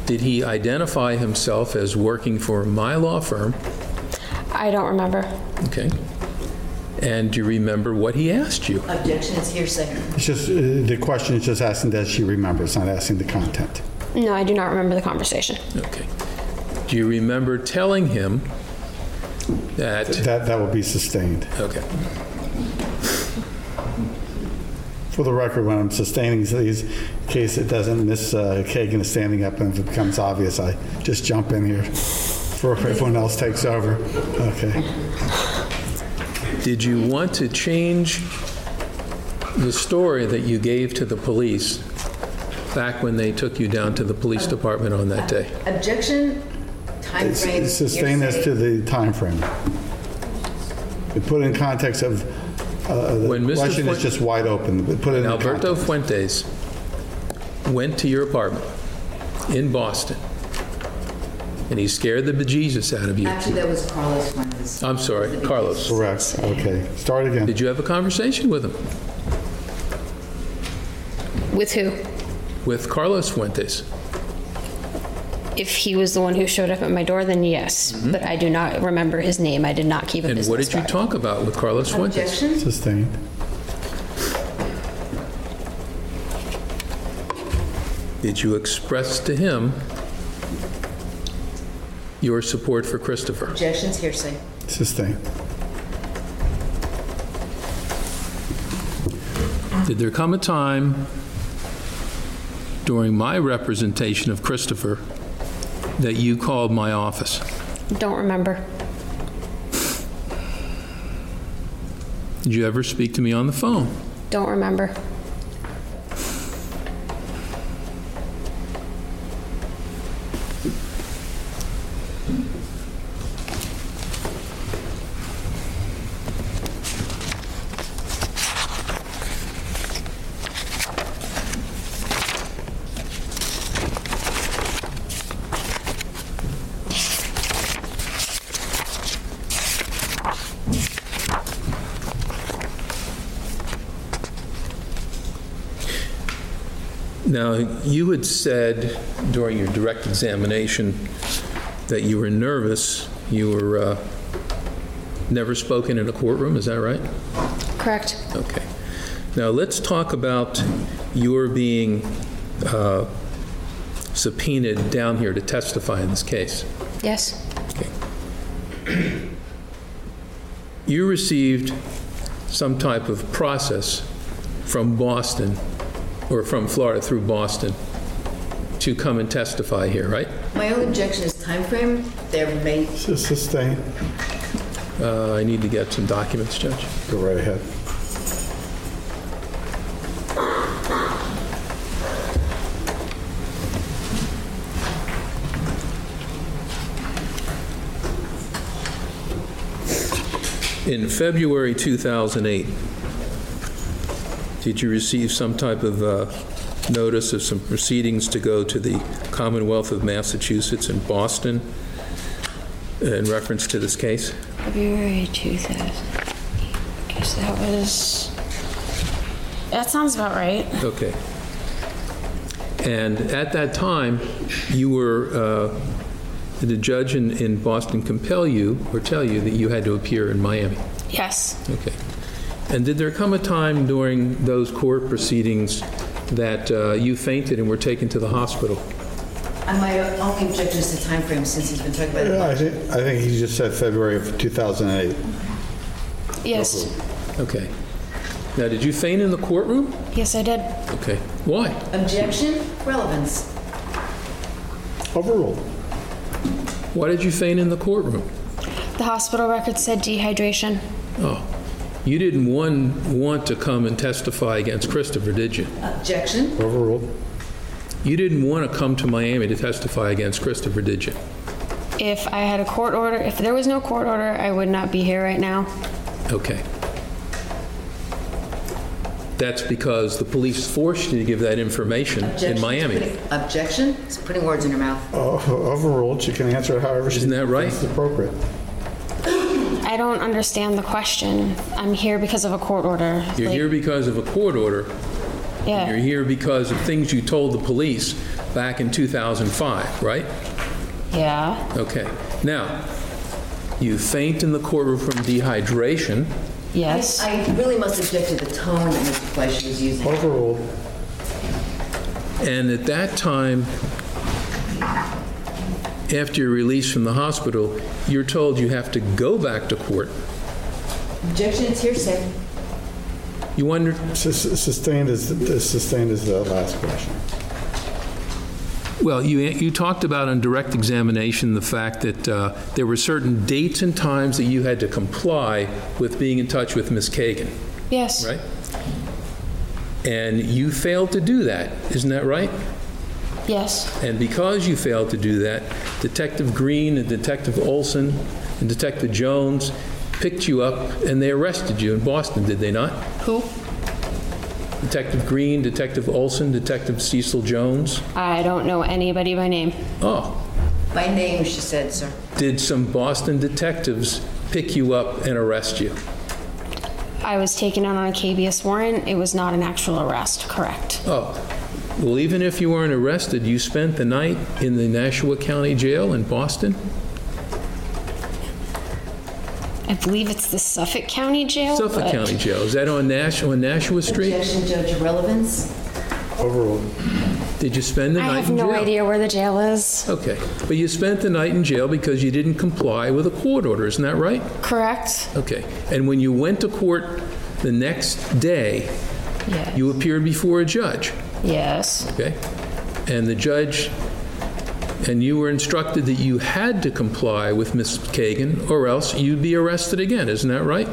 Speaker 1: Did he identify himself as working for my law firm?
Speaker 2: I don't remember.
Speaker 1: Okay. And do you remember what he asked you?
Speaker 7: Objection is hearsay.
Speaker 4: It's just, uh, the question is just asking that she remembers, not asking the content.
Speaker 2: No, I do not remember the conversation.
Speaker 1: Okay. Do you remember telling him that?
Speaker 4: That, that will be sustained.
Speaker 1: Okay.
Speaker 4: For the record, when I'm sustaining these, in case it doesn't, Miss uh, Kagan is standing up and if it becomes obvious, I just jump in here before everyone else takes over. Okay.
Speaker 1: Did you want to change the story that you gave to the police back when they took you down to the police department on that day?
Speaker 7: Objection, timeframe,
Speaker 4: S- Sustain
Speaker 7: hearsay.
Speaker 4: us to the time frame. We Put it in context of, uh,
Speaker 1: When
Speaker 4: the
Speaker 1: Mr.
Speaker 4: question is
Speaker 1: Fuen-
Speaker 4: just wide open. We Put it in
Speaker 1: Alberto
Speaker 4: context.
Speaker 1: Fuentes went to your apartment in Boston, and he scared the bejesus out of you.
Speaker 7: Actually, that was Carlos Fuentes.
Speaker 1: I'm sorry, Carlos.
Speaker 4: Correct, okay. Start again.
Speaker 1: Did you have a conversation with him,
Speaker 2: With who?
Speaker 1: with Carlos Fuentes?
Speaker 2: If he was the one who showed up at my door, then yes. But I do not remember his name. I did not keep a
Speaker 1: Mm-hmm. And
Speaker 2: business
Speaker 1: what did you
Speaker 2: card.
Speaker 1: talk about with Carlos Fuentes?
Speaker 7: Objection,
Speaker 4: Sustained.
Speaker 1: Did you express to him your support for Christopher?
Speaker 7: objections hearsay.
Speaker 4: Sustained.
Speaker 1: Did there come a time during my representation of Christopher that you called my office?
Speaker 2: Don't remember.
Speaker 1: Did you ever speak to me on the phone?
Speaker 2: Don't remember.
Speaker 1: Now, you had said during your direct examination that you were nervous, you were uh, never spoken in a courtroom, is that right?
Speaker 2: Correct.
Speaker 1: Okay. Now, let's talk about your being uh, subpoenaed down here to testify in this case.
Speaker 2: Yes.
Speaker 1: You received some type of process from Boston, or from Florida through Boston, to come and testify here, right?
Speaker 7: My only objection is timeframe, there may
Speaker 4: Su- Sustained.
Speaker 1: Uh, I need to get some documents, Judge.
Speaker 4: Go right ahead.
Speaker 1: In February 2008, did you receive some type of uh, notice of some proceedings to go to the Commonwealth of Massachusetts in Boston in reference to this case?
Speaker 2: February 2000. Guess that was. That sounds about right.
Speaker 1: Okay. And at that time, you were, uh, did the judge in in Boston compel you or tell you that you had to appear in Miami?
Speaker 2: Yes.
Speaker 1: Okay. And did there come a time during those court proceedings that uh, you fainted and were taken to the hospital?
Speaker 7: And my only objection is the timeframe, since he's been talking about
Speaker 4: Yeah,
Speaker 7: it.
Speaker 4: I think, I think he just said February of 2008.
Speaker 2: Yes.
Speaker 1: Okay. Now, did you faint in the courtroom?
Speaker 2: Yes, I did.
Speaker 1: Okay. Why?
Speaker 7: Objection, relevance.
Speaker 4: Overruled.
Speaker 1: Why did you faint in the courtroom?
Speaker 2: The hospital record said dehydration.
Speaker 1: Oh. You didn't one, want to come and testify against Christopher, did you?
Speaker 3: Objection?
Speaker 4: Overruled.
Speaker 1: You didn't want to come to Miami to testify against Christopher, did you?
Speaker 5: If I had a court order, if there was no court order, I would not be here right now.
Speaker 1: Okay. That's because the police forced you to give that information in
Speaker 3: Objection.
Speaker 1: Miami.
Speaker 3: Objection? It's putting words in your mouth.
Speaker 4: O- Overruled. She can answer it however she
Speaker 1: Isn't that right?
Speaker 4: thinks appropriate.
Speaker 5: I don't understand the question. I'm here because of a court order.
Speaker 1: You're
Speaker 5: Like,
Speaker 1: here because of a court order.
Speaker 5: Yeah.
Speaker 1: You're here because of things you told the police back in 2005, right?
Speaker 5: Yeah.
Speaker 1: Okay. Now, you faint in the courtroom from dehydration.
Speaker 5: Yes.
Speaker 3: I I really must object to the tone that Mr. Fleischer was using.
Speaker 4: Overruled.
Speaker 1: And at that time, after you're released from the hospital, you're told you have to go back to court.
Speaker 3: Objection, it's hearsay.
Speaker 1: You wonder,
Speaker 4: Sus- Sustained is, is sustained is the last question.
Speaker 1: well, you, you talked about on direct examination the fact that uh, there were certain dates and times that you had to comply with being in touch with Ms. Kagan,
Speaker 5: yes.
Speaker 1: right? And you failed to do that, isn't that right?
Speaker 5: Yes.
Speaker 1: And because you failed to do that, Detective Green and Detective Olson and Detective Jones picked you up and they arrested you in Boston, did they not?
Speaker 5: Who?
Speaker 1: Detective Green, Detective Olson, Detective Cecil Jones.
Speaker 5: I don't know anybody by name.
Speaker 1: Oh,
Speaker 3: By name, she said, sir.
Speaker 1: did some Boston detectives pick you up and arrest you?
Speaker 5: I was taken out on a KBS warrant. It was not an actual arrest, correct?
Speaker 1: Oh, well, even if you weren't arrested, you spent the night in the Nashua County Jail in Boston?
Speaker 5: I believe it's the Suffolk County Jail.
Speaker 1: Suffolk
Speaker 5: Oh, but-
Speaker 1: County Jail. Is that on Nashua, on Nashua Street?
Speaker 3: Objection, Judge, irrelevance.
Speaker 4: Overruled.
Speaker 1: Did you spend the
Speaker 5: I
Speaker 1: night
Speaker 5: have
Speaker 1: in jail?
Speaker 5: no idea where the jail is.
Speaker 1: Okay, but you spent the night in jail because you didn't comply with a court order, isn't that right?
Speaker 5: Correct?
Speaker 1: Okay, and when you went to court the next day,
Speaker 5: Yeah.
Speaker 1: you appeared before a judge,
Speaker 5: Yes.
Speaker 1: okay? And the judge, and you were instructed that you had to comply with Ms. Kagan, or else you'd be arrested again, isn't that right?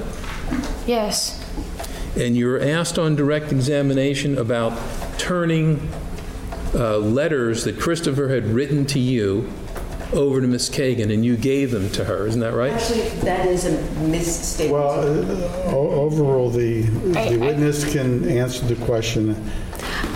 Speaker 5: Yes.
Speaker 1: and you're asked on direct examination about turning uh, letters that Christopher had written to you over to Miss Kagan, and you gave them to her, isn't that right?
Speaker 3: Actually, that is a misstatement.
Speaker 4: Well, uh, o- overruled, the, the witness can answer the question.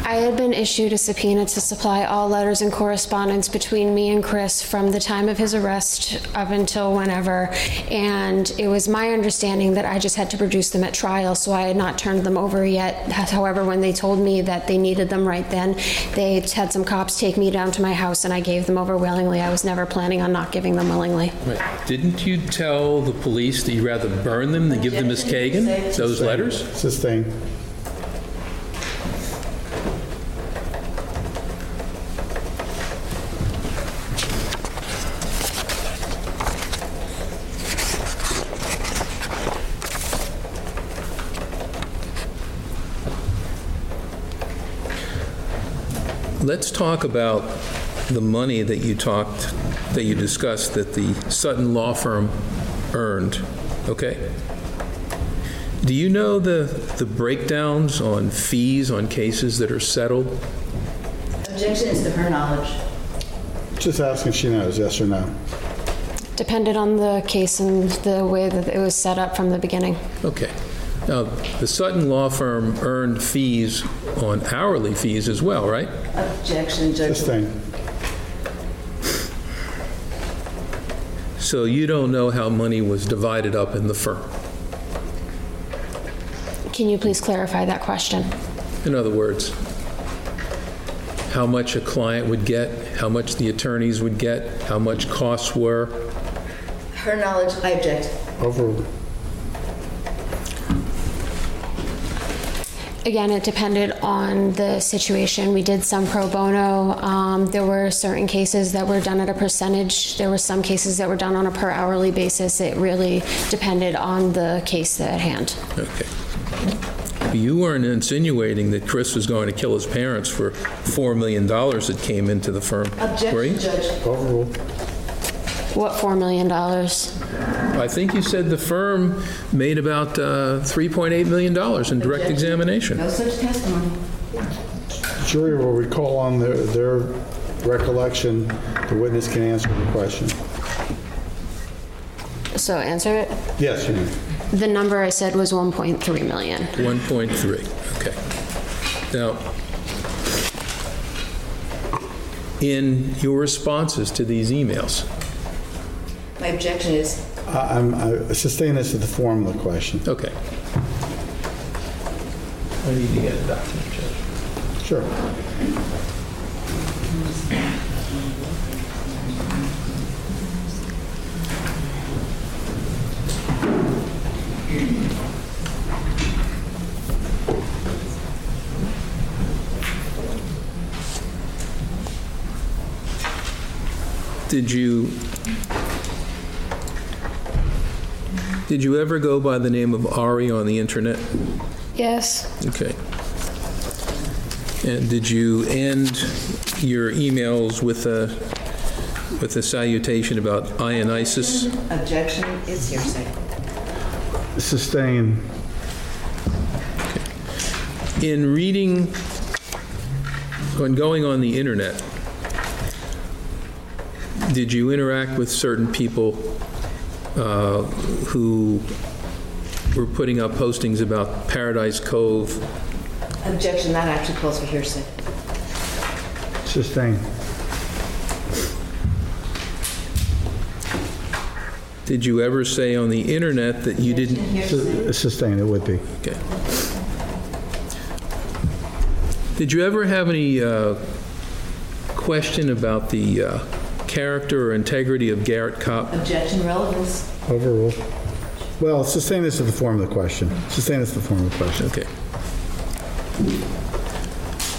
Speaker 5: I had been issued a subpoena to supply all letters and correspondence between me and Chris from the time of his arrest up until whenever. And it was my understanding that I just had to produce them at trial, so I had not turned them over yet. However, when they told me that they needed them right then, they had some cops take me down to my house and I gave them over willingly. I was never planning on not giving them willingly.
Speaker 1: Right. Didn't you tell the police that you'd rather burn them than give them Miss Kagan, those letters?
Speaker 4: Sustained.
Speaker 1: Let's talk about the money that you talked, that you discussed that the Sutton Law Firm earned, okay? Do you know the, the breakdowns on fees on cases that are settled?
Speaker 3: Objection is to her knowledge.
Speaker 4: Just asking if she knows, yes or no.
Speaker 5: Depended on the case and the way that it was set up from the beginning.
Speaker 1: Okay. Now, the Sutton Law Firm earned fees on hourly fees as well, right?
Speaker 3: Objection, Judge.
Speaker 4: Sustained.
Speaker 1: So you don't know how money was divided up in the firm.
Speaker 5: Can you please clarify that question?
Speaker 1: In other words, how much a client would get, how much the attorneys would get, how much costs were.
Speaker 3: Her knowledge, I object.
Speaker 4: Overruled.
Speaker 5: Again, it depended on the situation. We did some pro bono. Um, there were certain cases that were done at a percentage. There were some cases that were done on a per hourly basis. It really depended on the case at hand.
Speaker 1: Okay. You weren't insinuating that Chris was going to kill his parents for $4 million that came into the firm, were you?
Speaker 3: Objection, Judge.
Speaker 4: Overruled.
Speaker 5: What $4 million?
Speaker 1: I think you said the firm made about uh, $3.8 million in direct examination.
Speaker 3: No such testimony.
Speaker 4: Jury will recall on their- their recollection, the witness can answer the question.
Speaker 5: So answer it.
Speaker 4: Yes, you may.
Speaker 5: The number I said was 1.3 million.
Speaker 1: 1.3, okay. Now, in your responses to these emails,
Speaker 3: My objection is,
Speaker 4: I- I'm, I sustain this to the form of the question.
Speaker 1: okay. I need to get a document, Judge.
Speaker 4: Sure.
Speaker 1: Did you, did you ever go by the name of Ari on the internet?
Speaker 2: Yes.
Speaker 1: Okay. And did you end your emails with a, with a salutation about I and ISIS?
Speaker 3: objection is hearsay.
Speaker 4: Sustain.
Speaker 1: In reading, when going on the internet, did you interact with certain people uh, who were putting up postings about Paradise Cove?
Speaker 3: Objection, that actually calls for hearsay.
Speaker 4: Sustain.
Speaker 1: Did you ever say on the internet that you didn't?
Speaker 4: Su- Sustain, it would be.
Speaker 1: Okay. Did you ever have any uh, question about the uh, character or integrity of Garrett Cop?
Speaker 3: Objection, relevance.
Speaker 4: Overruled. Well, sustain this to the form of the question. Sustain this to the form of the question.
Speaker 1: Okay.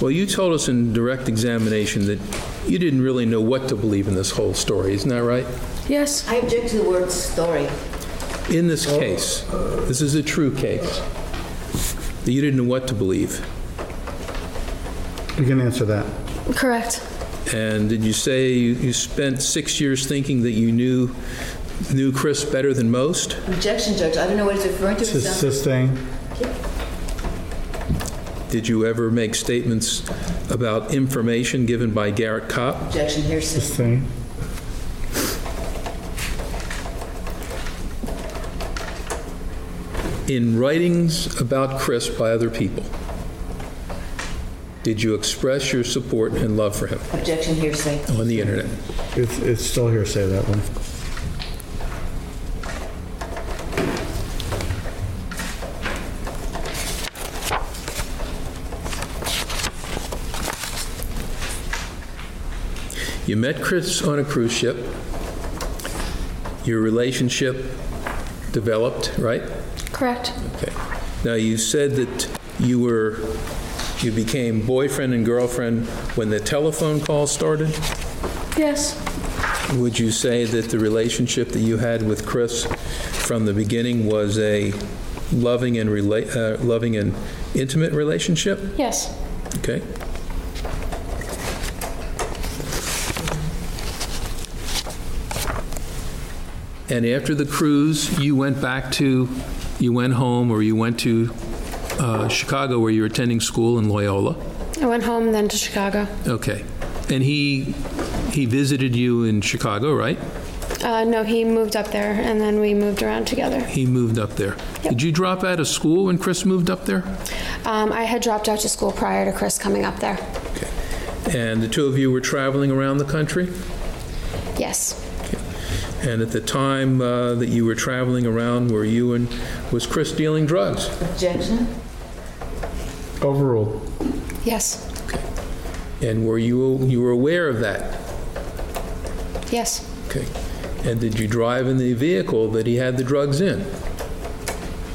Speaker 1: Well, you told us in direct examination that you didn't really know what to believe in this whole story, isn't that right?
Speaker 2: Yes.
Speaker 3: I object to the word story.
Speaker 1: In this case, this is a true case, that you didn't know what to believe.
Speaker 4: You can answer that.
Speaker 5: Correct.
Speaker 1: And did you say you you spent six years thinking that you knew, knew Chris better than most?
Speaker 3: Objection, Judge, I don't know what it's referring to. It
Speaker 4: Sus-
Speaker 3: sounds-
Speaker 4: Sustain.
Speaker 1: Did you ever make statements about information given by Garrett Kopp?
Speaker 3: Objection, hearsay.
Speaker 4: Sustain.
Speaker 1: In writings about Chris by other people, did you express your support and love for him
Speaker 3: Objection, hearsay.
Speaker 1: on the internet?
Speaker 4: It's, it's still hearsay, that one.
Speaker 1: You met Chris on a cruise ship. Your relationship developed, right?
Speaker 5: Correct.
Speaker 1: Okay. Now, you said that you were, you became boyfriend and girlfriend when the telephone call started?
Speaker 5: Yes.
Speaker 1: Would you say that the relationship that you had with Chris from the beginning was a loving and rela, uh, loving and intimate relationship?
Speaker 5: Yes.
Speaker 1: Okay. And after the cruise, you went back to, you went home or you went to uh, Chicago where you were attending school in Loyola?
Speaker 5: I went home then to Chicago.
Speaker 1: Okay. And he, he visited you in Chicago, right?
Speaker 5: Uh, no, he moved up there and then we moved around together.
Speaker 1: He moved up there. Did you drop out of school when Chris moved up there?
Speaker 5: Um, I had dropped out to school prior to Chris coming up there.
Speaker 1: Okay. And the two of you were traveling around the country?
Speaker 5: Yes.
Speaker 1: And at the time uh, that you were traveling around, were you and, was Chris dealing drugs?
Speaker 3: Objection?
Speaker 4: Overruled.
Speaker 5: Yes.
Speaker 1: And were you, you were aware of that?
Speaker 5: Yes.
Speaker 1: Okay. And did you drive in the vehicle that he had the drugs in?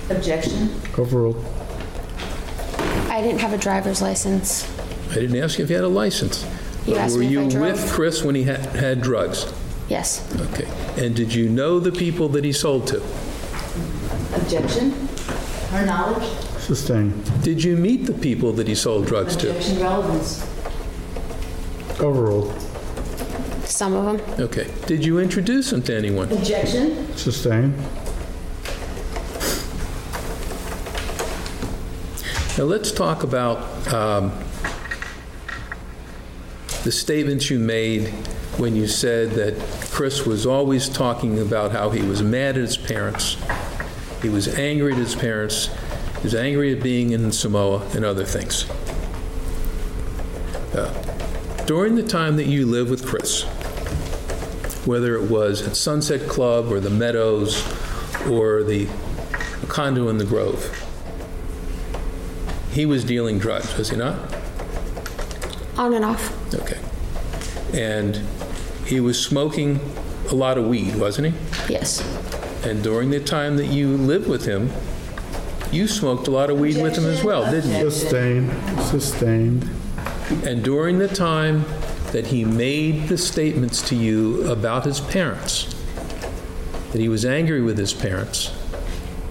Speaker 3: Objection?
Speaker 4: Overruled.
Speaker 5: I didn't have a driver's license.
Speaker 1: I didn't ask you if you had a license.
Speaker 5: You
Speaker 1: But
Speaker 5: asked me if I
Speaker 1: Were you
Speaker 5: drove.
Speaker 1: with Chris when he had, had drugs?
Speaker 5: Yes.
Speaker 1: Okay. And did you know the people that he sold to?
Speaker 3: Objection? Her knowledge?
Speaker 4: Sustain.
Speaker 1: Did you meet the people that he sold drugs to?
Speaker 3: Objection, relevance.
Speaker 4: Overruled.
Speaker 2: some of them.
Speaker 1: Okay. Did you introduce him to anyone?
Speaker 8: Objection?
Speaker 4: Sustain.
Speaker 1: Now, let's talk about um, the statements you made when you said that Chris was always talking about how he was mad at his parents, he was angry at his parents, he was angry at being in Samoa and other things. Uh, During the time that you lived with Chris, whether it was at Sunset Club or the Meadows or the condo in the Grove, he was dealing drugs, was he not?
Speaker 2: On and off.
Speaker 1: Okay. And he was smoking a lot of weed, wasn't he?
Speaker 2: Yes.
Speaker 1: And during the time that you lived with him, you smoked a lot of weed with him as well, didn't you?
Speaker 4: Sustained. Sustained.
Speaker 1: And during the time that he made the statements to you about his parents, that he was angry with his parents,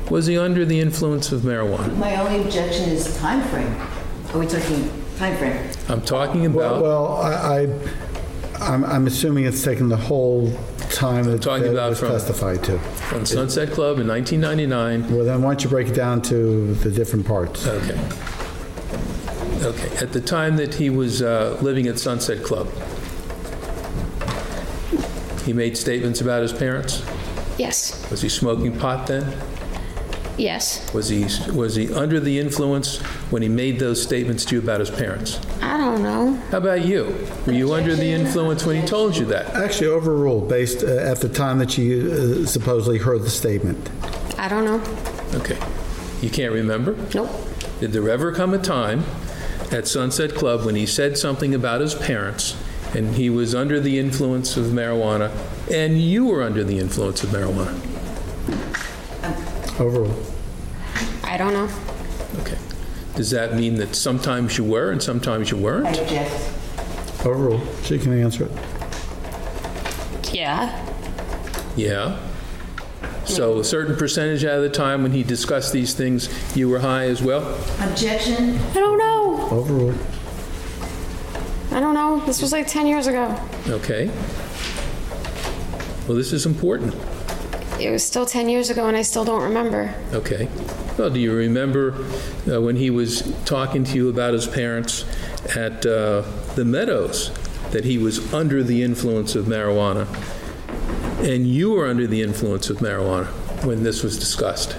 Speaker 1: was he under the influence of marijuana?
Speaker 7: My only objection is time frame. Are we talking time frame?
Speaker 1: I'm talking about.
Speaker 4: Well, I, I, I'm, I'm assuming it's taken the whole time that
Speaker 1: Talking
Speaker 4: that
Speaker 1: about
Speaker 4: was
Speaker 1: from-
Speaker 4: testified to.
Speaker 1: On Sunset Club in 1999.
Speaker 4: Well, then why don't you break it down to the different parts?
Speaker 1: Okay. Okay. At the time that he was uh, living at Sunset Club, he made statements about his parents.
Speaker 2: Yes.
Speaker 1: Was he smoking pot then?
Speaker 2: Yes.
Speaker 1: Was he was he under the influence when he made those statements to you about his parents?
Speaker 2: I don't know.
Speaker 1: How about you? Were you under the influence when he told you that?
Speaker 4: Actually overruled based uh, at the time that you uh, supposedly heard the statement.
Speaker 2: I don't know.
Speaker 1: Okay. You can't remember?
Speaker 2: Nope.
Speaker 1: Did there ever come a time at Sunset Club when he said something about his parents and he was under the influence of marijuana and you were under the influence of marijuana?
Speaker 4: Overruled.
Speaker 2: I don't know.
Speaker 1: Okay. Does that mean that sometimes you were and sometimes you
Speaker 7: I
Speaker 1: weren't?
Speaker 7: object.
Speaker 4: Overruled. She can answer it.
Speaker 2: Yeah.
Speaker 1: Yeah. So a certain percentage out of the time when he discussed these things, you were high as well?
Speaker 7: Objection,
Speaker 2: I don't know.
Speaker 4: Overruled.
Speaker 2: I don't know. This was like 10 years ago.
Speaker 1: Okay. Well, this is important.
Speaker 2: It was still 10 years ago, and I still don't remember.
Speaker 1: Okay. Well, do you remember uh, when he was talking to you about his parents at uh, the Meadows, that he was under the influence of marijuana? And you were under the influence of marijuana when this was discussed?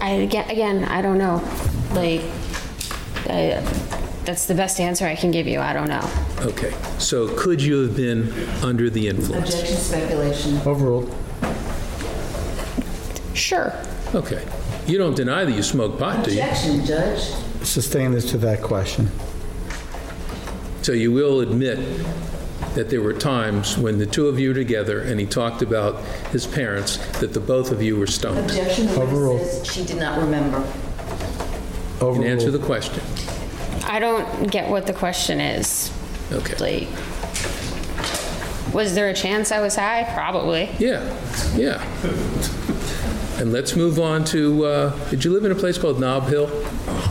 Speaker 2: I again, again, I don't know. Like, I, that's the best answer I can give you. I don't know.
Speaker 1: Okay. So could you have been under the influence?
Speaker 7: objection, speculation.
Speaker 4: Overruled.
Speaker 2: Sure.
Speaker 1: Okay. You don't deny that you smoked pot, do you?
Speaker 7: Objection, Judge.
Speaker 4: Sustain is to that question.
Speaker 1: So you will admit that there were times when the two of you were together and he talked about his parents, that the both of you were stoned?
Speaker 7: Objection, the
Speaker 4: Overruled.
Speaker 7: witness says she did not remember.
Speaker 1: You can answer
Speaker 4: Overruled.
Speaker 1: the question.
Speaker 2: I don't get what the question is.
Speaker 1: Okay.
Speaker 2: Like, was there a chance I was high? Probably.
Speaker 1: Yeah, yeah. And let's move on to, uh, did you live in a place called Nob Hill?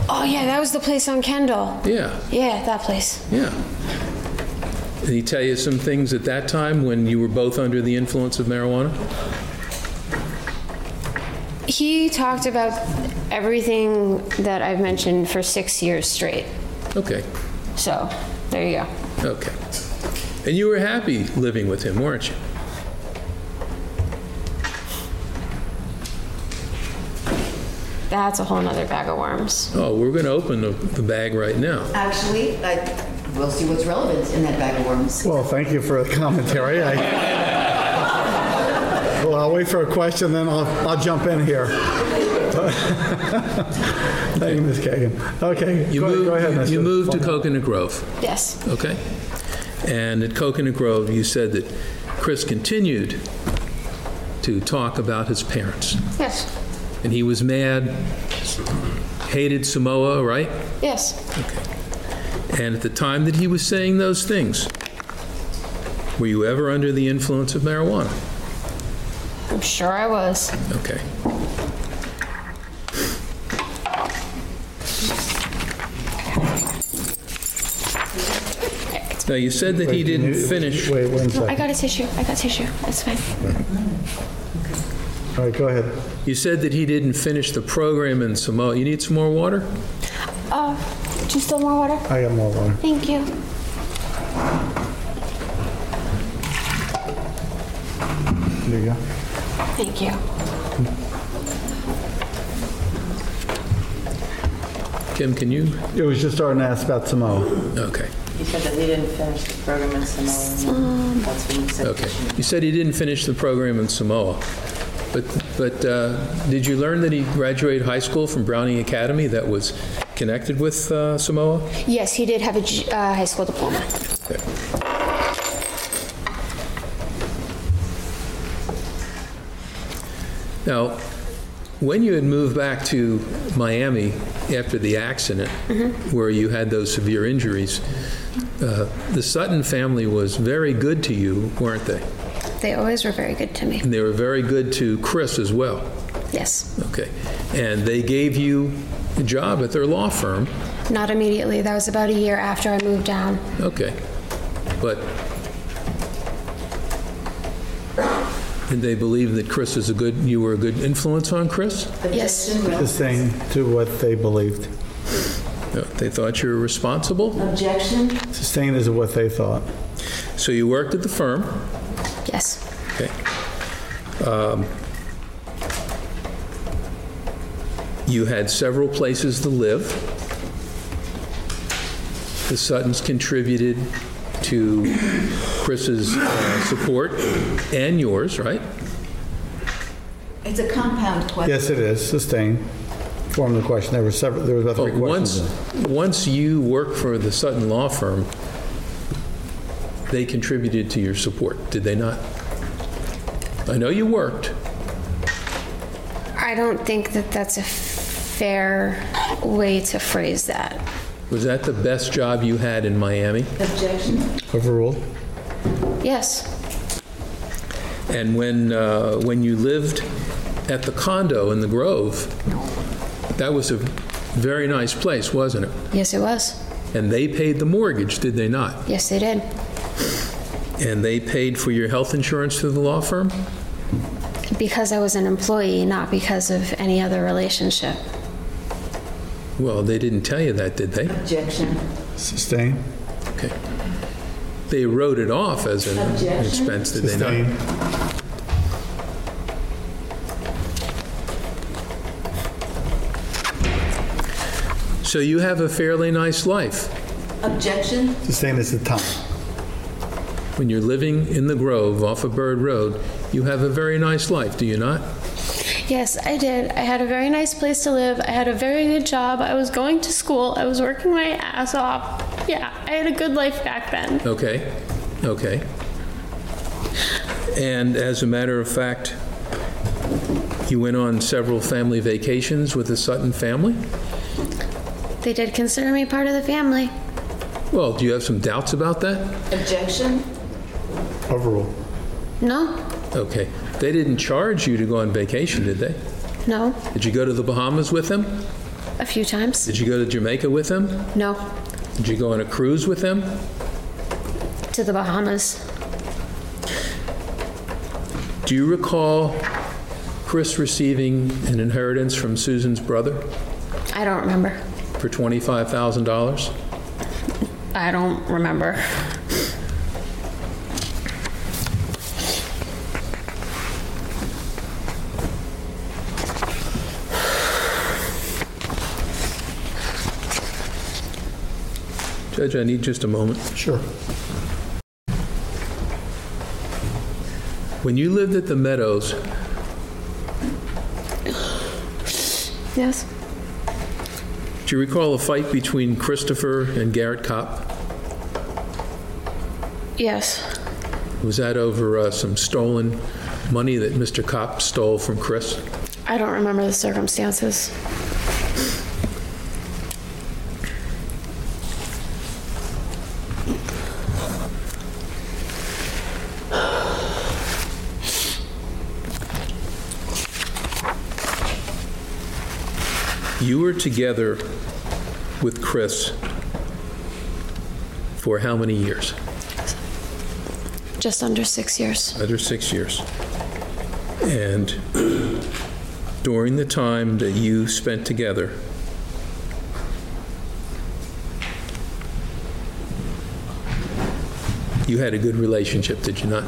Speaker 2: Oh, yeah, that was the place on Kendall.
Speaker 1: Yeah,
Speaker 2: Yeah, that place.
Speaker 1: yeah. Did he tell you some things at that time when you were both under the influence of marijuana?
Speaker 2: He talked about everything that I've mentioned for six years straight.
Speaker 1: Okay,
Speaker 2: So, there you go.
Speaker 1: okay. And you were happy living with him, weren't you?
Speaker 2: That's a whole nother bag of worms.
Speaker 1: Oh, we're going to open the- the bag right now.
Speaker 7: Actually, I, we'll see what's relevant in that bag of worms.
Speaker 4: Well, thank you for the commentary. I- Well, I'll wait for a question, then I'll, I'll jump in here. Thank you, Ms. Kagan. Okay,
Speaker 1: You
Speaker 4: go
Speaker 1: moved-
Speaker 4: go ahead,
Speaker 1: you-
Speaker 4: Mr.
Speaker 1: You moved to
Speaker 4: Faulkner.
Speaker 1: Coconut Grove.
Speaker 2: Yes.
Speaker 1: Okay. And at Coconut Grove, you said that Chris continued to talk about his parents.
Speaker 2: Yes.
Speaker 1: And he was mad, hated Samoa, right?
Speaker 2: Yes.
Speaker 1: And at the time that he was saying those things, were you ever under the influence of marijuana?
Speaker 2: I'm sure I was.
Speaker 1: Okay.
Speaker 2: It's
Speaker 1: Now, you said that he
Speaker 4: Wait, can
Speaker 1: didn't
Speaker 4: you-
Speaker 1: finish.
Speaker 4: Wait one
Speaker 5: No, I
Speaker 4: second.
Speaker 5: got a tissue. I got tissue. That's fine.
Speaker 4: All right, go ahead.
Speaker 1: You said that he didn't finish the program in Samoa. You need some more water?
Speaker 5: Uh, do you still want water?
Speaker 4: I got more water.
Speaker 5: Thank you.
Speaker 4: There you go.
Speaker 5: Thank you.
Speaker 1: Kim, can you?
Speaker 4: It was just starting to ask about Samoa.
Speaker 1: Okay,
Speaker 9: You said that we didn't finish the program in Samoa. That's when you said.
Speaker 1: okay. You said he didn't finish the program in Samoa. But, but uh, did you learn that he graduated high school from Browning Academy that was connected with uh, Samoa?
Speaker 5: Yes, he did have a G- uh, high school diploma.
Speaker 1: Now, when you had moved back to Miami after the accident where you had those severe injuries, uh, the Sutton family was very good to you, weren't they?
Speaker 5: They always were very good to me.
Speaker 1: And they were very good to Chris as well.
Speaker 5: Yes.
Speaker 1: Okay. And they gave you a job at their law firm.
Speaker 5: Not immediately. That was about a year after I moved down.
Speaker 1: Okay. But did they believe that Chris is a good, you were a good influence on Chris?
Speaker 5: Yes.
Speaker 4: The same to what they believed.
Speaker 1: No, They thought you were responsible?
Speaker 9: Objection?
Speaker 4: Sustained is what they thought.
Speaker 1: So you worked at the firm?
Speaker 5: Yes.
Speaker 1: Okay. Um, You had several places to live. The Suttons contributed to Chris's uh, support and yours, right?
Speaker 3: It's a compound question.
Speaker 4: Yes, it is, sustained. Form the question, there were several, there was about three questions.
Speaker 1: Once,
Speaker 4: in it.
Speaker 1: once you worked for the Sutton Law Firm, they contributed to your support, did they not? I know you worked.
Speaker 5: I don't think that that's a fair way to phrase that.
Speaker 1: Was that the best job you had in Miami?
Speaker 3: Objection?
Speaker 4: Overruled?
Speaker 5: Yes.
Speaker 1: And when, uh, when you lived at the condo in the Grove, that was a very nice place, wasn't it?
Speaker 5: Yes, it was.
Speaker 1: And they paid the mortgage, did they not?
Speaker 5: Yes, they did.
Speaker 1: And they paid for your health insurance through the law firm?
Speaker 5: Because I was an employee, not because of any other relationship.
Speaker 1: Well, they didn't tell you that, did they?
Speaker 3: Objection.
Speaker 4: Sustained?
Speaker 1: Okay. They wrote it off as an expense, did they not?
Speaker 4: Sustained.
Speaker 1: So you have a fairly nice life
Speaker 3: Objection?
Speaker 4: Sustained is the time.
Speaker 1: when you're living in the Grove off of Bird Road. You have a very nice life, do you not?
Speaker 5: Yes, I did. I had a very nice place to live. I had a very good job. I was going to school. I was working my ass off. Yeah, I had a good life back then.
Speaker 1: Okay, okay. And as a matter of fact, you went on several family vacations with the Sutton family?
Speaker 5: They did consider me part of the family.
Speaker 1: Well, do you have some doubts about that?
Speaker 3: Objection?
Speaker 4: Overruled.
Speaker 5: No,
Speaker 1: Okay. They didn't charge you to go on vacation, did they?
Speaker 5: no,
Speaker 1: Did you go to the Bahamas with them?
Speaker 5: a few times.
Speaker 1: Did you go to Jamaica with them?
Speaker 5: No,
Speaker 1: Did you go on a cruise with them?
Speaker 5: to the Bahamas.
Speaker 1: Do you recall Chris receiving an inheritance from Susan's brother
Speaker 5: I don't remember.
Speaker 1: for $25,000?
Speaker 5: I don't remember.
Speaker 1: Judge, I need just a moment.
Speaker 4: Sure.
Speaker 1: When you lived at the Meadows,
Speaker 5: Yes.
Speaker 1: Do you recall a fight between Christopher and Garrett Kopp?
Speaker 5: Yes.
Speaker 1: Was that over uh, some stolen money that Mr. Kopp stole from Chris?
Speaker 5: I don't remember the circumstances.
Speaker 1: You were together with Chris for how many years?
Speaker 2: just under six years.
Speaker 1: Under six years. And during the time that you spent together, you had a good relationship, did you not?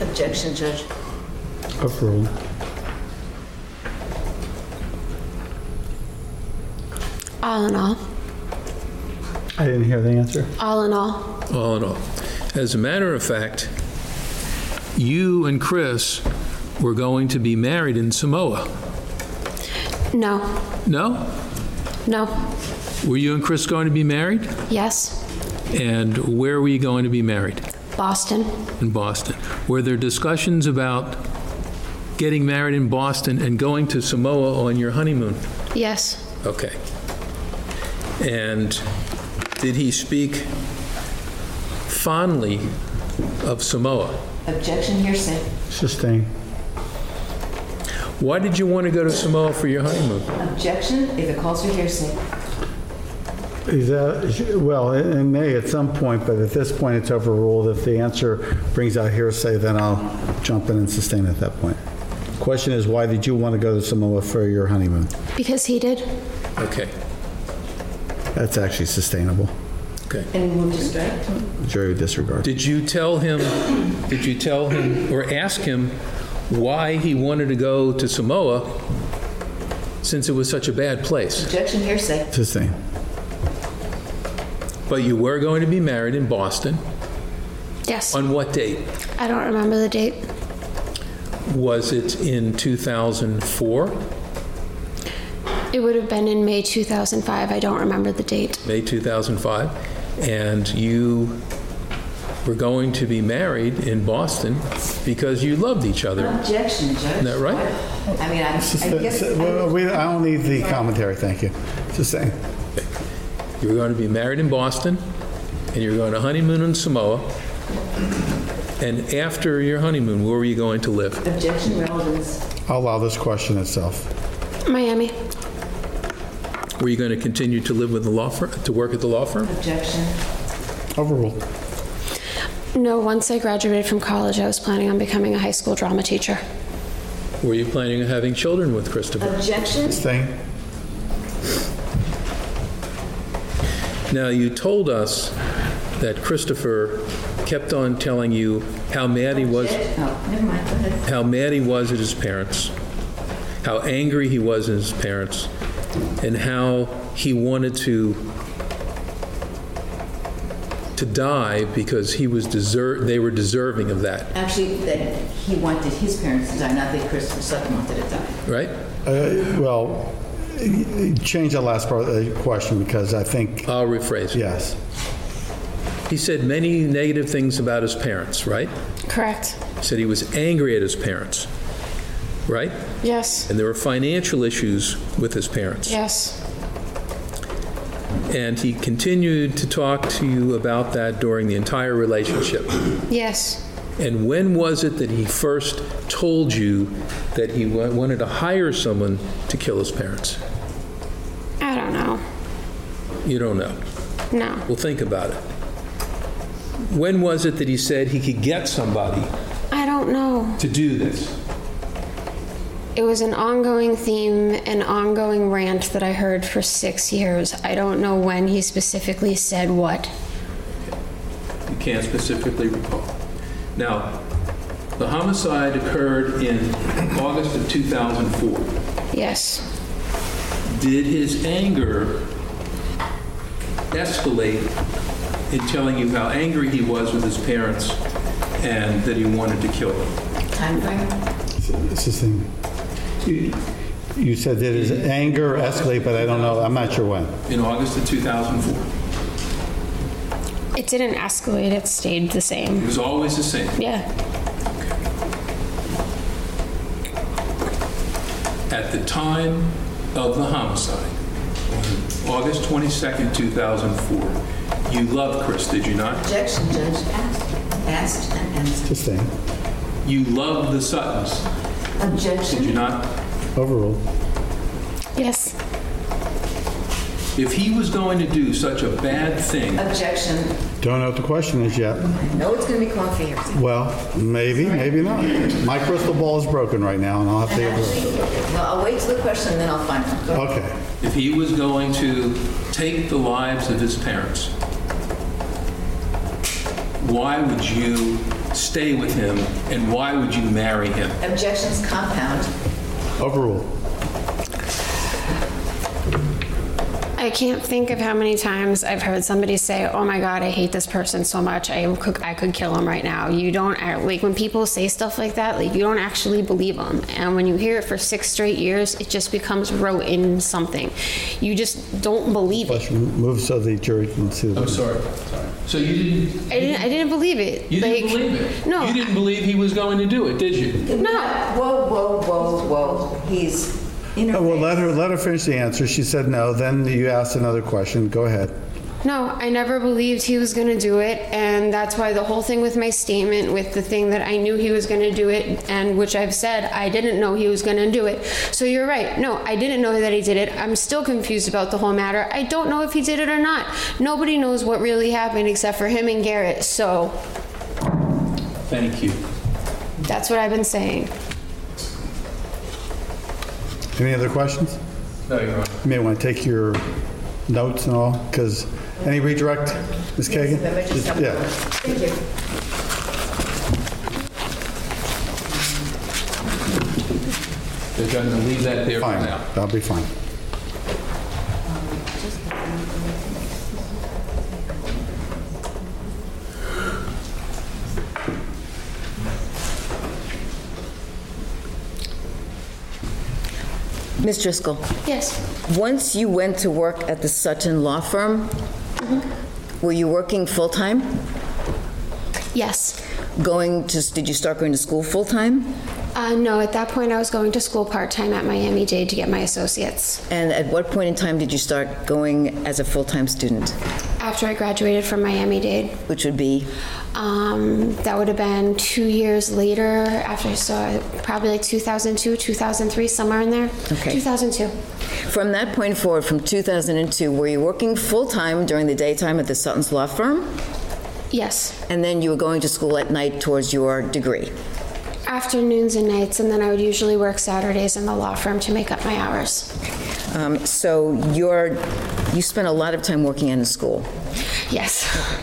Speaker 7: Objection, Judge.
Speaker 4: Approved.
Speaker 2: All in all,
Speaker 4: I didn't hear the answer.
Speaker 2: all in all,
Speaker 1: all in all. As a matter of fact, you and Chris were going to be married in Samoa.
Speaker 2: no,
Speaker 1: No?
Speaker 2: no,
Speaker 1: Were you and Chris going to be married?
Speaker 2: yes,
Speaker 1: And where were you going to be married?
Speaker 2: Boston,
Speaker 1: In Boston. Were there discussions about getting married in Boston and going to Samoa on your honeymoon?
Speaker 2: yes,
Speaker 1: Okay. And did he speak fondly of Samoa?
Speaker 7: Objection hearsay.
Speaker 4: Sustain.
Speaker 1: Why did you want to go to Samoa for your honeymoon?
Speaker 7: Objection if it calls for hearsay.
Speaker 4: Is that, well, it it may at some point, but at this point, it's overruled. If the answer brings out hearsay, then I'll jump in and sustain at that point. Question is, why did you want to go to Samoa for your honeymoon?
Speaker 2: because he did.
Speaker 1: Okay,
Speaker 4: That's actually sustainable.
Speaker 1: okay.
Speaker 7: And move to strike.
Speaker 4: Jury disregard.
Speaker 1: Did you tell him, did you tell him or ask him why he wanted to go to Samoa since it was such a bad place?
Speaker 7: Objection hearsay.
Speaker 4: Sustain.
Speaker 1: But you were going to be married in Boston.
Speaker 2: Yes,
Speaker 1: On what date?
Speaker 2: I don't remember the date.
Speaker 1: Was it in 2004?
Speaker 2: It would have been in May 2005. I don't remember the date.
Speaker 1: May 2005, and you were going to be married in Boston because you loved each other.
Speaker 7: Objection, Judge. Isn't
Speaker 1: that right?
Speaker 7: I mean, I I guess. I-
Speaker 4: uh, Well, we- I don't need the commentary, thank you. Sustain.
Speaker 1: You were going to be married in Boston, and you were going to honeymoon in Samoa. And after your honeymoon, where were you going to live?
Speaker 7: Objection relevance.
Speaker 4: I'll allow this question itself.
Speaker 2: Miami,
Speaker 1: Were you going to continue to live with the law firm, to work at the law firm?
Speaker 7: Objection.
Speaker 4: Overruled.
Speaker 2: no, once I graduated from college, I was planning on becoming a high school drama teacher.
Speaker 1: Were you planning on having children with Christopher?
Speaker 7: Objection.
Speaker 4: Sustain.
Speaker 1: Now, you told us that Christopher kept on telling you how mad he was
Speaker 7: Oh, never mind, go ahead.
Speaker 1: how mad he was at his parents, how angry he was at his parents, and how he wanted to to die because he was deser they were deserving of that,
Speaker 7: Actually, that he wanted his parents to die, not that Christopher Sutton wanted to die.
Speaker 1: right?
Speaker 4: Uh, Well, change the last part of the question because I think,
Speaker 1: I'll rephrase.
Speaker 4: yes.
Speaker 1: He said many negative things about his parents, right?
Speaker 2: Correct.
Speaker 1: He said he was angry at his parents, right?
Speaker 2: Yes.
Speaker 1: And there were financial issues with his parents.
Speaker 2: Yes.
Speaker 1: And he continued to talk to you about that during the entire relationship.
Speaker 2: Yes.
Speaker 1: And when was it that he first told you that he wa- wanted to hire someone to kill his parents?
Speaker 2: I don't know.
Speaker 1: You don't know.
Speaker 2: No.
Speaker 1: Well, think about it. When was it that he said he could get somebody
Speaker 2: I don't know.
Speaker 1: to do this?
Speaker 2: It was an ongoing theme, an ongoing rant that I heard for six years. I don't know when he specifically said what.
Speaker 1: You can't specifically recall. Now, the homicide occurred in August of 2004.
Speaker 2: Yes.
Speaker 1: Did his anger escalate in telling you how angry he was with his parents and that he wanted to kill them?
Speaker 7: Time frame.
Speaker 4: Sustain. You you said that his anger escalate, but I don't know, I'm not sure when.
Speaker 1: In August of 2004.
Speaker 2: It didn't escalate, it stayed the
Speaker 1: It
Speaker 2: same.
Speaker 1: was always the same.
Speaker 2: Yeah.
Speaker 1: At the time of the homicide, on August 22nd, 2004, you loved Chris, did you not?
Speaker 7: Objection, Judge. Asked. Asked and asked.
Speaker 4: Sustain.
Speaker 1: You loved the Suttons, did
Speaker 7: Objection.
Speaker 1: you not?
Speaker 4: Overruled.
Speaker 2: Yes.
Speaker 1: If he was going to do such a bad thing
Speaker 7: Objection.
Speaker 4: Don't know what the question is yet.
Speaker 3: No, it's going to be coffee here.
Speaker 4: Well, maybe, maybe not. My crystal ball is broken right now, and I'll have to get rid of it.
Speaker 3: No, I'll wait till the question, then I'll find one.
Speaker 4: Okay.
Speaker 1: If he was going to take the lives of his parents, why would you stay with him and why would you marry him?
Speaker 3: Objections compound.
Speaker 4: Overruled.
Speaker 5: I can't think of how many times I've heard somebody say, "Oh my God, I hate this person so much. I could, I could kill him right now." You don't act- like when people say stuff like that. Like you don't actually believe them, and when you hear it for six straight years, it just becomes rote in something. You just don't believe it.
Speaker 4: Question moved so the jury can see. the-
Speaker 1: I'm sorry. So you didn't,
Speaker 5: I didn't, I didn't believe it.
Speaker 1: you
Speaker 5: like,
Speaker 1: didn't believe it?
Speaker 5: No,
Speaker 1: You didn't believe he was going to do it, did you?
Speaker 5: no.
Speaker 3: Whoa, whoa, whoa, whoa. He's
Speaker 4: Oh, Well,
Speaker 3: interfering.
Speaker 4: let her, let her finish the answer. She said no, then you asked another question. Go ahead.
Speaker 5: No, I never believed he was going to do it, and that's why the whole thing with my statement, with the thing that I knew he was going to do it, and which I've said I didn't know he was going to do it. So you're right. No, I didn't know that he did it. I'm still confused about the whole matter. I don't know if he did it or not. Nobody knows what really happened except for him and Garrett. So
Speaker 1: Thank you.
Speaker 5: that's what I've been saying.
Speaker 4: Any other questions?
Speaker 1: No, Your Honor.
Speaker 4: You may want to take your notes and all, because, any redirect, Ms. Kagan?
Speaker 3: Let me just have a-
Speaker 4: Yeah.
Speaker 3: Thank you.
Speaker 1: Judge, I'm going to leave that there for
Speaker 4: Fine,
Speaker 1: now.
Speaker 4: that'll be fine.
Speaker 7: Ms. Driscoll,
Speaker 5: Yes.
Speaker 7: once you went to work at the Sutton Law Firm,
Speaker 3: Mm-hmm.
Speaker 7: were you working full-time?
Speaker 5: Yes.
Speaker 7: Going to, did you start going to school full-time?
Speaker 5: Uh, no, at that point I was going to school part time at Miami Dade to get my associates
Speaker 7: And at what point in time did you start going as a full-time student?
Speaker 5: after I graduated from Miami Dade.
Speaker 7: Which would be,
Speaker 5: Um, that would have been two years later after, so uh, probably like 2002, 2003, somewhere in there.
Speaker 7: Okay.
Speaker 5: 2002.
Speaker 7: from that point forward, from 2002, were you working full-time during the daytime at the Sutton's Law Firm?
Speaker 5: Yes.
Speaker 7: And then you were going to school at night towards your degree?
Speaker 5: Afternoons and nights, and then I would usually work Saturdays in the law firm to make up my hours.
Speaker 7: Um, So you're, you spent a lot of time working in a school?
Speaker 5: Yes.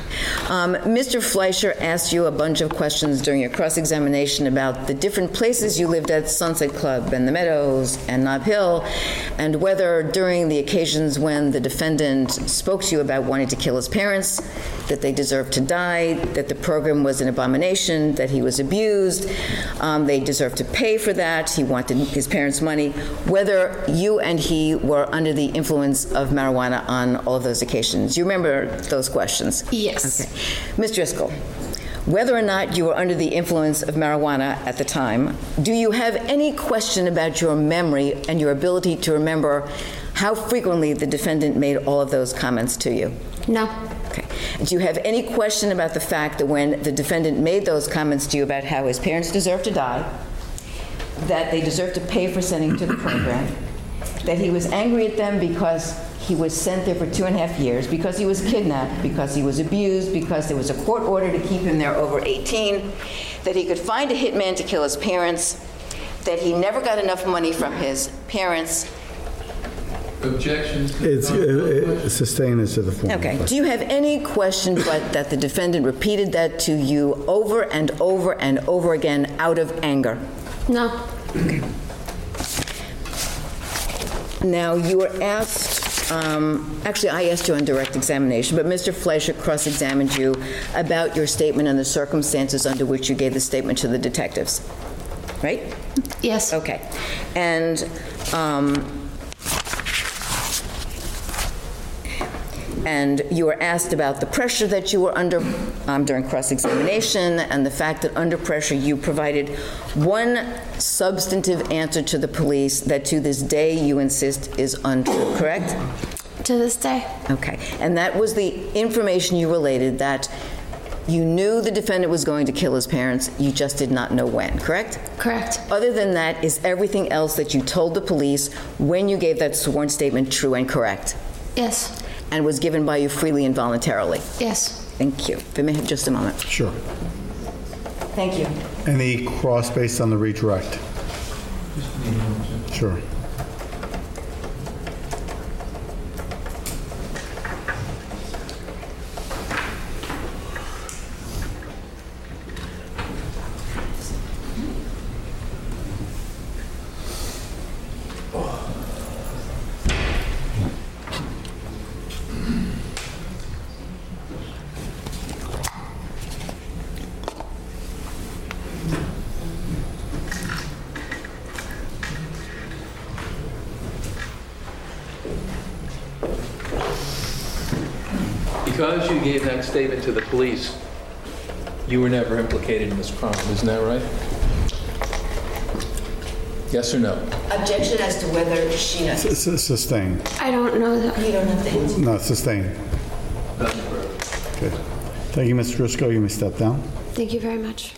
Speaker 7: Um, Mr. Fleischer asked you a bunch of questions during your cross-examination about the different places you lived at Sunset Club and the Meadows and Nob Hill, and whether during the occasions when the defendant spoke to you about wanting to kill his parents, that they deserved to die, that the program was an abomination, that he was abused, um, they deserved to pay for that, he wanted his parents' money, whether you and he were under the influence of marijuana on all of those occasions. You remember those questions?
Speaker 5: Yes.
Speaker 7: Okay. Ms. Driscoll, whether or not you were under the influence of marijuana at the time, do you have any question about your memory and your ability to remember how frequently the defendant made all of those comments to you?
Speaker 5: No.
Speaker 7: Okay. Do you have any question about the fact that when the defendant made those comments to you about how his parents deserved to die, that they deserved to pay for sending to the program, that he was angry at them because he was sent there for two and a half years, because he was kidnapped, because he was abused, because there was a court order to keep him there over 18, that he could find a hitman to kill his parents, that he never got enough money from his parents,
Speaker 1: Objections?
Speaker 4: It's, it- it- sustain is to the form.
Speaker 7: Okay. Do you have any question but that the defendant repeated that to you over and over and over again out of anger?
Speaker 5: No.
Speaker 7: Now, you were asked, um, actually, I asked you on direct examination, but Mr. Fleischer cross-examined you about your statement and the circumstances under which you gave the statement to the detectives, right?
Speaker 5: Yes.
Speaker 7: Okay. And, um, and you were asked about the pressure that you were under um, during cross-examination and the fact that under pressure you provided one substantive answer to the police that to this day you insist is untrue, correct?
Speaker 5: To this day.
Speaker 7: Okay. And that was the information you related that you knew the defendant was going to kill his parents, you just did not know when, correct?
Speaker 5: Correct.
Speaker 7: Other than that, is everything else that you told the police when you gave that sworn statement true and correct?
Speaker 5: Yes.
Speaker 7: And was given by you freely and voluntarily?
Speaker 5: Yes.
Speaker 7: Thank you. If you may have just a moment.
Speaker 4: Sure.
Speaker 3: Thank you.
Speaker 4: Any cross based on the redirect? Sure.
Speaker 1: Because you gave that statement to the police, you were never implicated in this crime, isn't that right? Yes or no?
Speaker 3: Objection as to whether she knows.
Speaker 4: S- s- Sustained.
Speaker 5: I don't know that.
Speaker 3: You don't have to answer.
Speaker 4: No, sustained. Okay. Thank you, Mr. Driscoll. You may step down.
Speaker 5: Thank you very much.